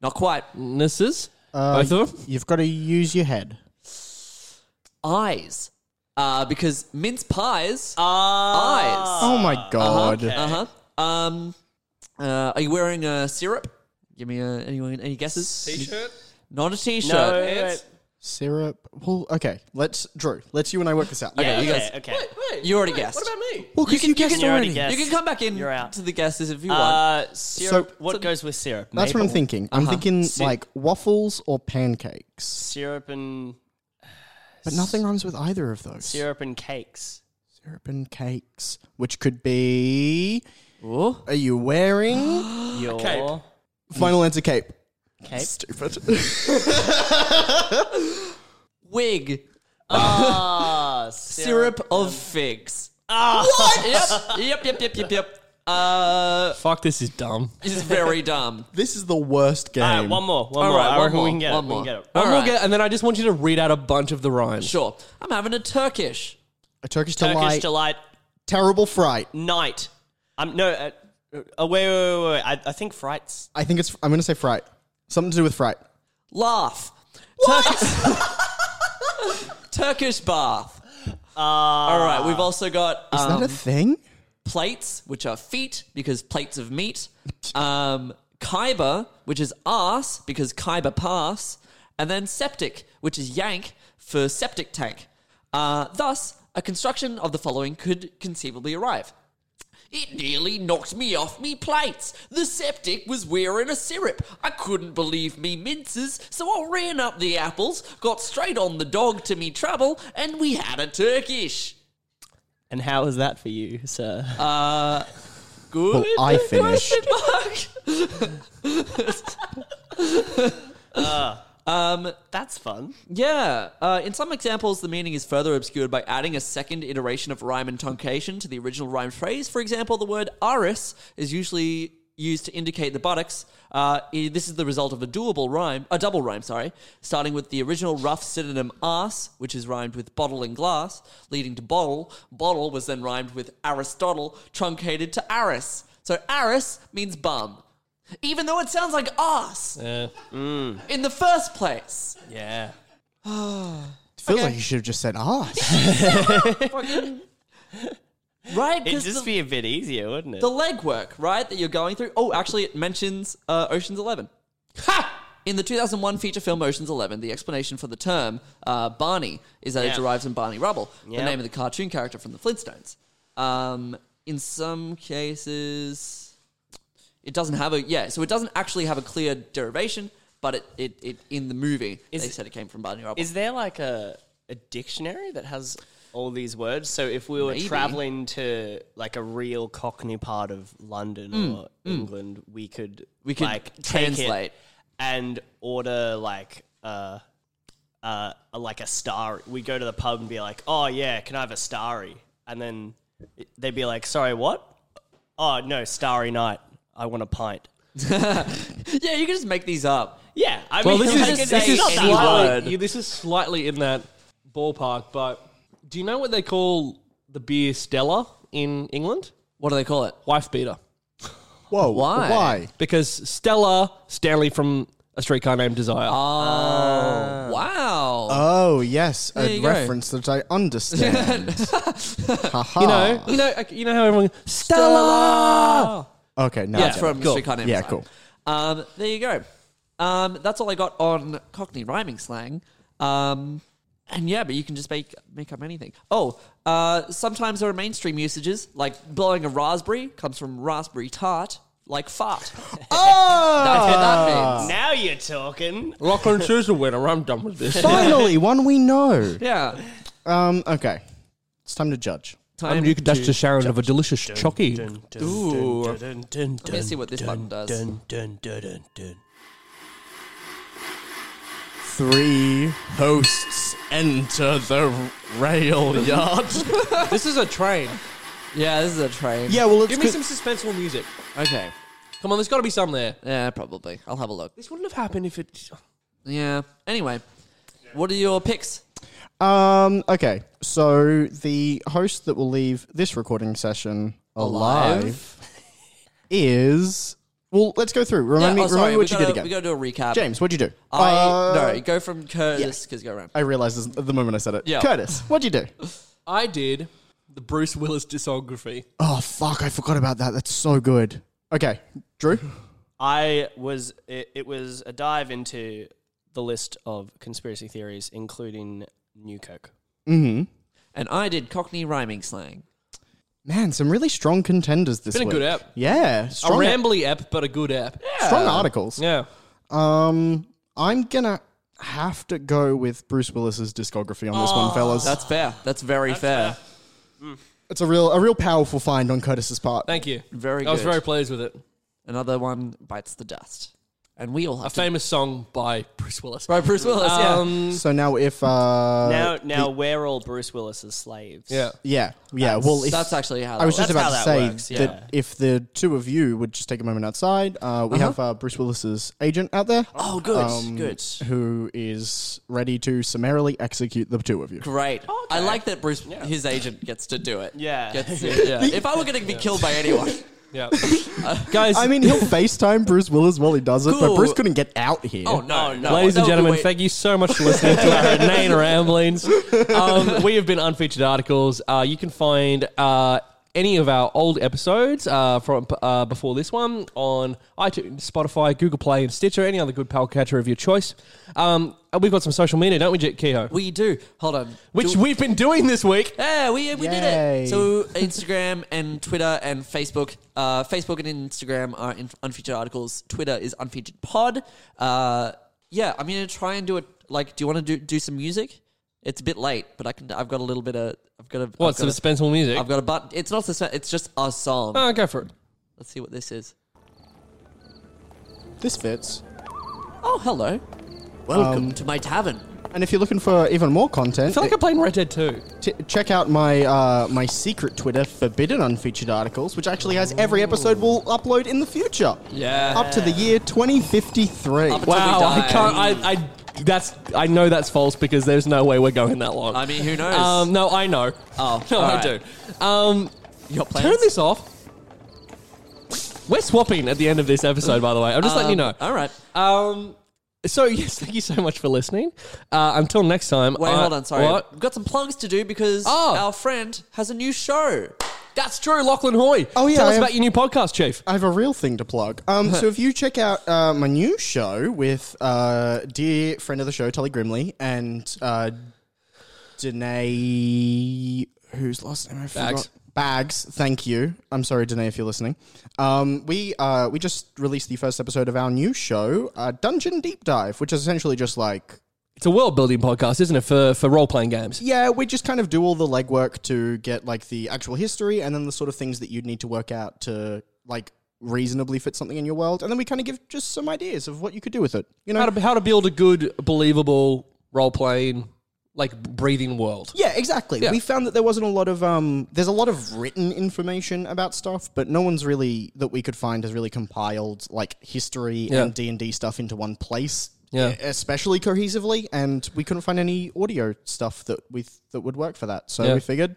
S3: Not quite.
S2: Nisses.
S4: uh,
S2: Both of them.
S4: You've got to use your head.
S3: Eyes. Uh, because mince pies. eyes.
S4: Oh my god.
S3: Uh huh. Um, uh, are you wearing a syrup? Give me a, anyone any guesses? T-shirt. Not a t-shirt.
S1: No, wait, wait.
S4: Syrup. Well, okay. Let's Drew. Let's you and I work this out.
S1: Yeah,
S3: you
S1: okay,
S3: guys-
S1: okay.
S3: You already guessed. What about me? Well,
S4: you can guess
S1: You already
S4: already.
S1: guessed.
S3: You can come back in
S1: You're out.
S3: to the guesses if you want.
S1: Uh, syrup.
S4: So-
S1: what goes with syrup?
S4: That's what I'm
S1: Maple
S4: thinking. I'm thinking like waffles or pancakes,
S1: Syrup and
S4: but nothing rhymes with either of those.
S1: syrup and cakes.
S4: Syrup and cakes, which could be.
S3: Ooh.
S4: Are you wearing?
S1: Your
S4: Final answer cape.
S1: cape.
S4: Stupid.
S3: Wig.
S1: Ah,
S3: syrup of figs. What? yep, yep, yep, yep, yep. Uh,
S2: Fuck. This is dumb.
S3: it's very dumb.
S4: this is the worst game.
S1: All right, Ah, one more. One
S3: All
S1: more.
S3: right,
S1: I
S3: one
S1: reckon we
S3: more,
S1: can get it.
S3: one
S1: We can
S3: more.
S1: get it.
S3: All
S2: One more
S3: right.
S2: get- and then I just want you to read out a bunch of the rhymes.
S3: Sure. I'm having a Turkish.
S4: A Turkish,
S1: Turkish
S4: delight.
S1: delight
S4: Terrible fright.
S1: night. Um, no. Uh, uh, wait, wait, wait, wait. I, I think frights.
S4: I think it's. I'm going to say fright. Something to do with fright.
S3: Laugh. Turkish, Turkish bath. All right. We've also got
S4: Is
S3: um,
S4: that a thing?
S3: plates, which are feet because plates of meat. Um, Khyber, which is ass because Khyber pass. And then septic, which is yank for septic tank. Uh, thus, a construction of the following could conceivably arrive. It nearly knocked me off me plates. The septic was wearing a syrup. I couldn't believe me minces, so I ran up the apples, got straight on the dog to me trouble, and we had a Turkish.
S1: And how was that for you, sir?
S3: Uh, good.
S4: Well, I finished.
S3: Question mark. um,
S1: That's fun.
S3: yeah. Uh, in some examples, the meaning is further obscured by adding a second iteration of rhyme and truncation to the original rhyme phrase. For example, the word aris is usually used to indicate the buttocks. Uh, i- this is the result of a doable rhyme, a double rhyme, sorry, starting with the original rough synonym arse, which is rhymed with bottle and glass, leading to bottle. Bottle was then rhymed with Aristotle, truncated to aris. So aris means bum. Even though it sounds like ass in the first place.
S1: Yeah.
S4: Feels like you should have just said ass.
S3: Right?
S1: It'd
S3: Because
S1: just
S3: the,
S1: be a bit easier, wouldn't it?
S3: the legwork, right, that you're going through. Oh, actually, it mentions uh, Ocean's Eleven. Ha! In the 2001 feature film Ocean's Eleven, the explanation for the term uh, Barney is that
S1: Yeah.
S3: it derives from Barney Rubble,
S1: Yeah.
S3: the name of the cartoon character from the Flintstones. Um, in some cases, it doesn't have a yeah, so it doesn't actually have a clear derivation, but it, it, it in the movie
S1: Is
S3: they
S1: it-
S3: said it came from Barney Rubble.
S1: Is there like a, a dictionary that has all these words? So if we were
S3: Maybe.
S1: traveling to like a real Cockney part of London or England, Mm, we could
S3: We could
S1: like take it
S3: translate.
S1: and order like uh, uh, like a star. We go to the pub and be like, "Oh yeah, can I have a starry?" And then it- they'd be like, "Sorry, what? Oh no, starry night. I want a pint."
S3: yeah, you can just make these up.
S1: Yeah, I
S2: Well,
S1: mean,
S2: this
S1: I
S3: you
S2: is,
S1: could-
S3: say
S2: this, is
S1: not that
S3: any
S1: hard.
S2: slightly, yeah, this is slightly in that ballpark, but do you know what they call the beer Stella in England?
S3: What do they call it?
S2: Wife beater.
S4: Whoa,
S3: Why?
S4: Why?
S2: Because Stella Stanley from A Streetcar Named Desire.
S1: Ah.
S3: Wow.
S1: Uh,
S4: Oh yes,
S3: There
S4: a
S3: you go.
S4: reference that I understand. Haha.
S2: you know, you know, like, you know how everyone Stella.
S4: Okay, now I
S3: That's
S4: get
S3: from
S4: it.
S3: Mystery Can't
S4: Yeah,
S3: Emphasize.
S4: cool.
S3: Um, there you go. Um, that's all I got on Cockney rhyming slang. Um, and yeah, but you can just make make up anything. Oh, uh, sometimes there are mainstream usages like blowing a raspberry comes from raspberry tart, like fart. That's what that
S4: Ah!
S3: means.
S1: Now you're talking.
S2: Lachlan Sue's a winner. I'm done with this.
S4: Finally, one we know.
S3: Yeah.
S4: Um, okay, it's time to judge.
S3: Time
S2: you could dash to Sharon of a delicious chocky.
S3: Ooh.
S1: Let
S3: me see what this button does.
S4: Three hosts enter the rail yard.
S2: this is a train.
S3: Yeah, this is a train.
S4: yeah, well, it's
S2: Give me some suspenseful music.
S3: Okay.
S2: Come on, there's got to be some there.
S3: Yeah, probably. I'll have a look.
S2: This wouldn't have happened if it.
S3: Yeah. Anyway, what are your picks?
S4: Um. Okay. So the host that will leave this recording session alive, is well. Let's go through.
S3: Yeah,
S4: Remind
S3: oh,
S4: me.
S3: sorry,
S4: Remind me what
S3: we
S4: you
S3: gotta,
S4: did
S3: We
S4: again.
S3: gotta do a recap.
S4: James, what'd you do?
S3: I
S4: Uh,
S3: no. Go from Curtis because go around.
S4: I realized this at the moment I said it.
S3: Yeah.
S4: Curtis, what'd you do?
S2: I did the Bruce Willis discography.
S4: Oh fuck! I forgot about that. That's so good. Okay, Drew.
S1: I was. It, it was a dive into the list of conspiracy theories, including New Coke.
S3: and I did Cockney rhyming slang.
S4: Man, some really strong contenders this
S2: Been a
S4: week.
S2: good app.
S4: Yeah,
S2: A
S4: strong,
S2: rambly app, but a good app.
S4: strong articles.
S2: Yeah.
S4: Um, I'm gonna have to go with Bruce Willis's discography on this one, fellas.
S3: That's fair. That's very fair.
S4: It's a real, a real powerful find on Curtis's part.
S2: Thank you.
S3: Very
S2: I was
S3: good.
S2: very pleased with it.
S3: Another one bites the dust, and we all
S2: A
S3: have to.
S2: famous song by Bruce Willis.
S3: By Bruce Willis,
S2: Um,
S4: So now, if uh,
S1: now, now we're all Bruce Willis's slaves.
S2: yeah.
S4: yeah, yeah. Well,
S3: yeah.
S4: if,
S3: That's actually how.
S4: I was
S3: that
S4: just
S3: works.
S4: about to
S1: how that
S4: say
S1: works,
S4: that
S1: yeah.
S4: if the two of you would just take a moment outside, uh, we have uh, Bruce Willis's agent out there.
S3: Uh-huh.
S4: Mm,
S3: Oh, good,
S4: um,
S3: good,
S4: Who is ready to summarily execute the two of you?
S3: great. I like that Bruce, his agent, gets to do it.
S1: Yeah.
S3: Gets to- yeah. If I were going to be killed by anyone,
S2: Yeah. Guys,
S4: I mean, he'll FaceTime Bruce Willis while he does it, but
S3: Cool.
S4: Bruce couldn't get out here.
S3: oh no, no.
S2: Ladies
S3: That would
S2: and
S3: be
S2: gentlemen,
S3: way-
S2: thank you so much for listening to our inane ramblings. Um, we have been unfeatured articles. Uh, you can find uh, any of our old episodes uh, from uh, before this one on iTunes, Spotify, Google Play, and Stitcher. Any other good pal catcher of your choice. Um, and we've got some social media, don't we, Jet Kehoe?
S3: We do. Hold on.
S2: Which
S3: Do-
S2: we've been doing this week.
S3: Yeah, we, we did
S4: Yay.
S3: it. So Instagram and Twitter and Facebook, uh, Facebook and Instagram are in unfeatured articles. Twitter is unfeatured pod. Uh, yeah, I'm gonna try and do it. Like, do you want to do do some music? It's a bit late, but I can. I've got a little bit of. I've got a.
S2: What,
S3: I've got a,
S2: suspenseful music?
S3: I've got a button. It's not suspense. It's just a song.
S2: Ah, go for it.
S3: Let's see what this is.
S4: This fits.
S3: Oh, hello. Welcome to my tavern.
S4: And if you're looking for even more
S2: I
S4: content,
S2: feel like I'm playing Red Dead 2.
S4: t- check out my uh, my secret Twitter, forbidden unfeatured articles, which actually has every episode we'll upload in the future.
S2: Yeah.
S4: Up to the year 2053.
S3: Up until
S2: Wow,
S3: we
S2: I
S3: die.
S2: can't. I, I that's I know that's false because there's no way we're going that long.
S3: I mean, who knows?
S2: um, no, I know.
S3: Oh,
S2: no,
S3: all
S2: I
S3: right.
S2: do. Um,
S3: You got plans?
S2: turn this off. We're swapping at the end of this episode, by the way. I'm just letting you know.
S3: All right.
S2: Um, so yes, thank you so much for listening. Uh, until next time.
S3: Wait,
S2: I-
S3: hold on. Sorry,
S2: What?
S3: we've got some plugs to do because
S2: Oh.
S3: our friend has a new show.
S2: That's true, Lachlan Hoy.
S4: Oh, yeah,
S2: Tell
S4: I
S2: us
S4: have-
S2: about your new podcast, Chief.
S4: I have a real thing to plug. Um, so if you check out uh, my new show with uh, dear friend of the show, Tully Grimley, and uh, Danae, whose last name I forgot.
S2: Bags.
S4: Bags, thank you. I'm sorry, Danae, if you're listening. Um, we uh, we just released the first episode of our new show, uh, Dungeon Deep Dive, which is essentially just like
S2: It's a world building podcast, isn't it? For for role playing games.
S4: yeah, we just kind of do all the legwork to get like the actual history and then the sort of things that you'd need to work out to like reasonably fit something in your world. And then we kind of give just some ideas of what you could do with it. You know?
S2: How to how to build a good, believable role playing, like breathing world.
S4: yeah, exactly. We found that there wasn't a lot of um there's a lot of written information about stuff, but no one's really that we could find has really compiled like history
S2: Yeah.
S4: and D&D stuff into one place.
S2: Yeah.
S4: e- Especially cohesively, and we couldn't find any audio stuff that we that would work for that. So
S2: Yeah.
S4: we figured,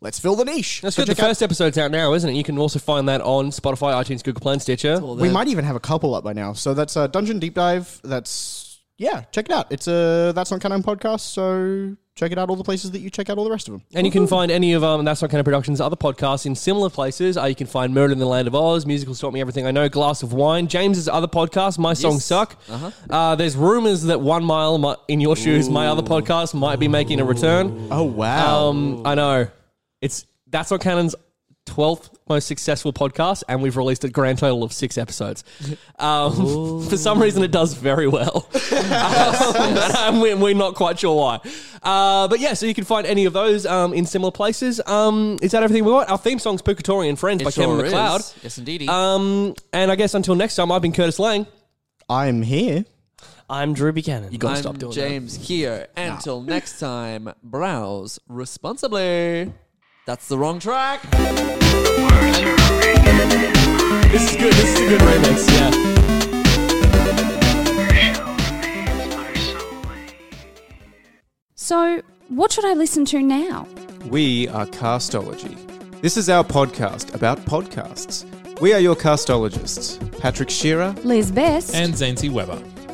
S4: let's fill the niche.
S2: That's
S4: So
S2: good. The
S4: check out-
S2: first episode's out now, isn't it? You can also find that on Spotify, iTunes, Google Play, and Stitcher.
S4: we might even have a couple up by now. So that's uh, Dungeon Deep Dive. That's yeah, check it out. It's a that's on Canon podcast. So check it out all the places that you check out all the rest of them.
S2: And you can find any of um, That's Not Kind of Productions' other podcasts in similar places. Uh, you can find Murder in the Land of Oz, Musicals Taught Me Everything I Know, Glass of Wine, James's other podcast, My Songs Suck. Uh-huh. there's rumors that One Mile Mi- in Your Shoes, my other podcast, might be making a return.
S4: Oh wow!
S2: Um, I know. It's That's Not Canon's 12th most successful podcast, and we've released a grand total of six episodes. Um, for some reason, it does very well. Um, and we- we're not quite sure why. Uh, but yeah, so you can find any of those um, in similar places. Um, is that everything we want? Our theme song's Pukatori and Friends by Kevin
S3: is.
S2: McLeod.
S3: Yes, indeedy.
S2: Um, and I guess until next time, I've been Curtis Lang.
S4: I'm here.
S1: I'm Drew Buchanan.
S2: You gotta
S3: I'm
S2: stop doing
S3: James here. Until next time, browse responsibly. That's the wrong track.
S5: Birds are ringing in
S2: that. This is good. This is a good remix. Yeah.
S5: my shell remains my soul.
S7: So, what should I listen to now?
S8: We are Castology. This is our podcast about podcasts. We are your castologists, Patrick Shearer.
S7: Liz Best.
S9: and Zancy Weber.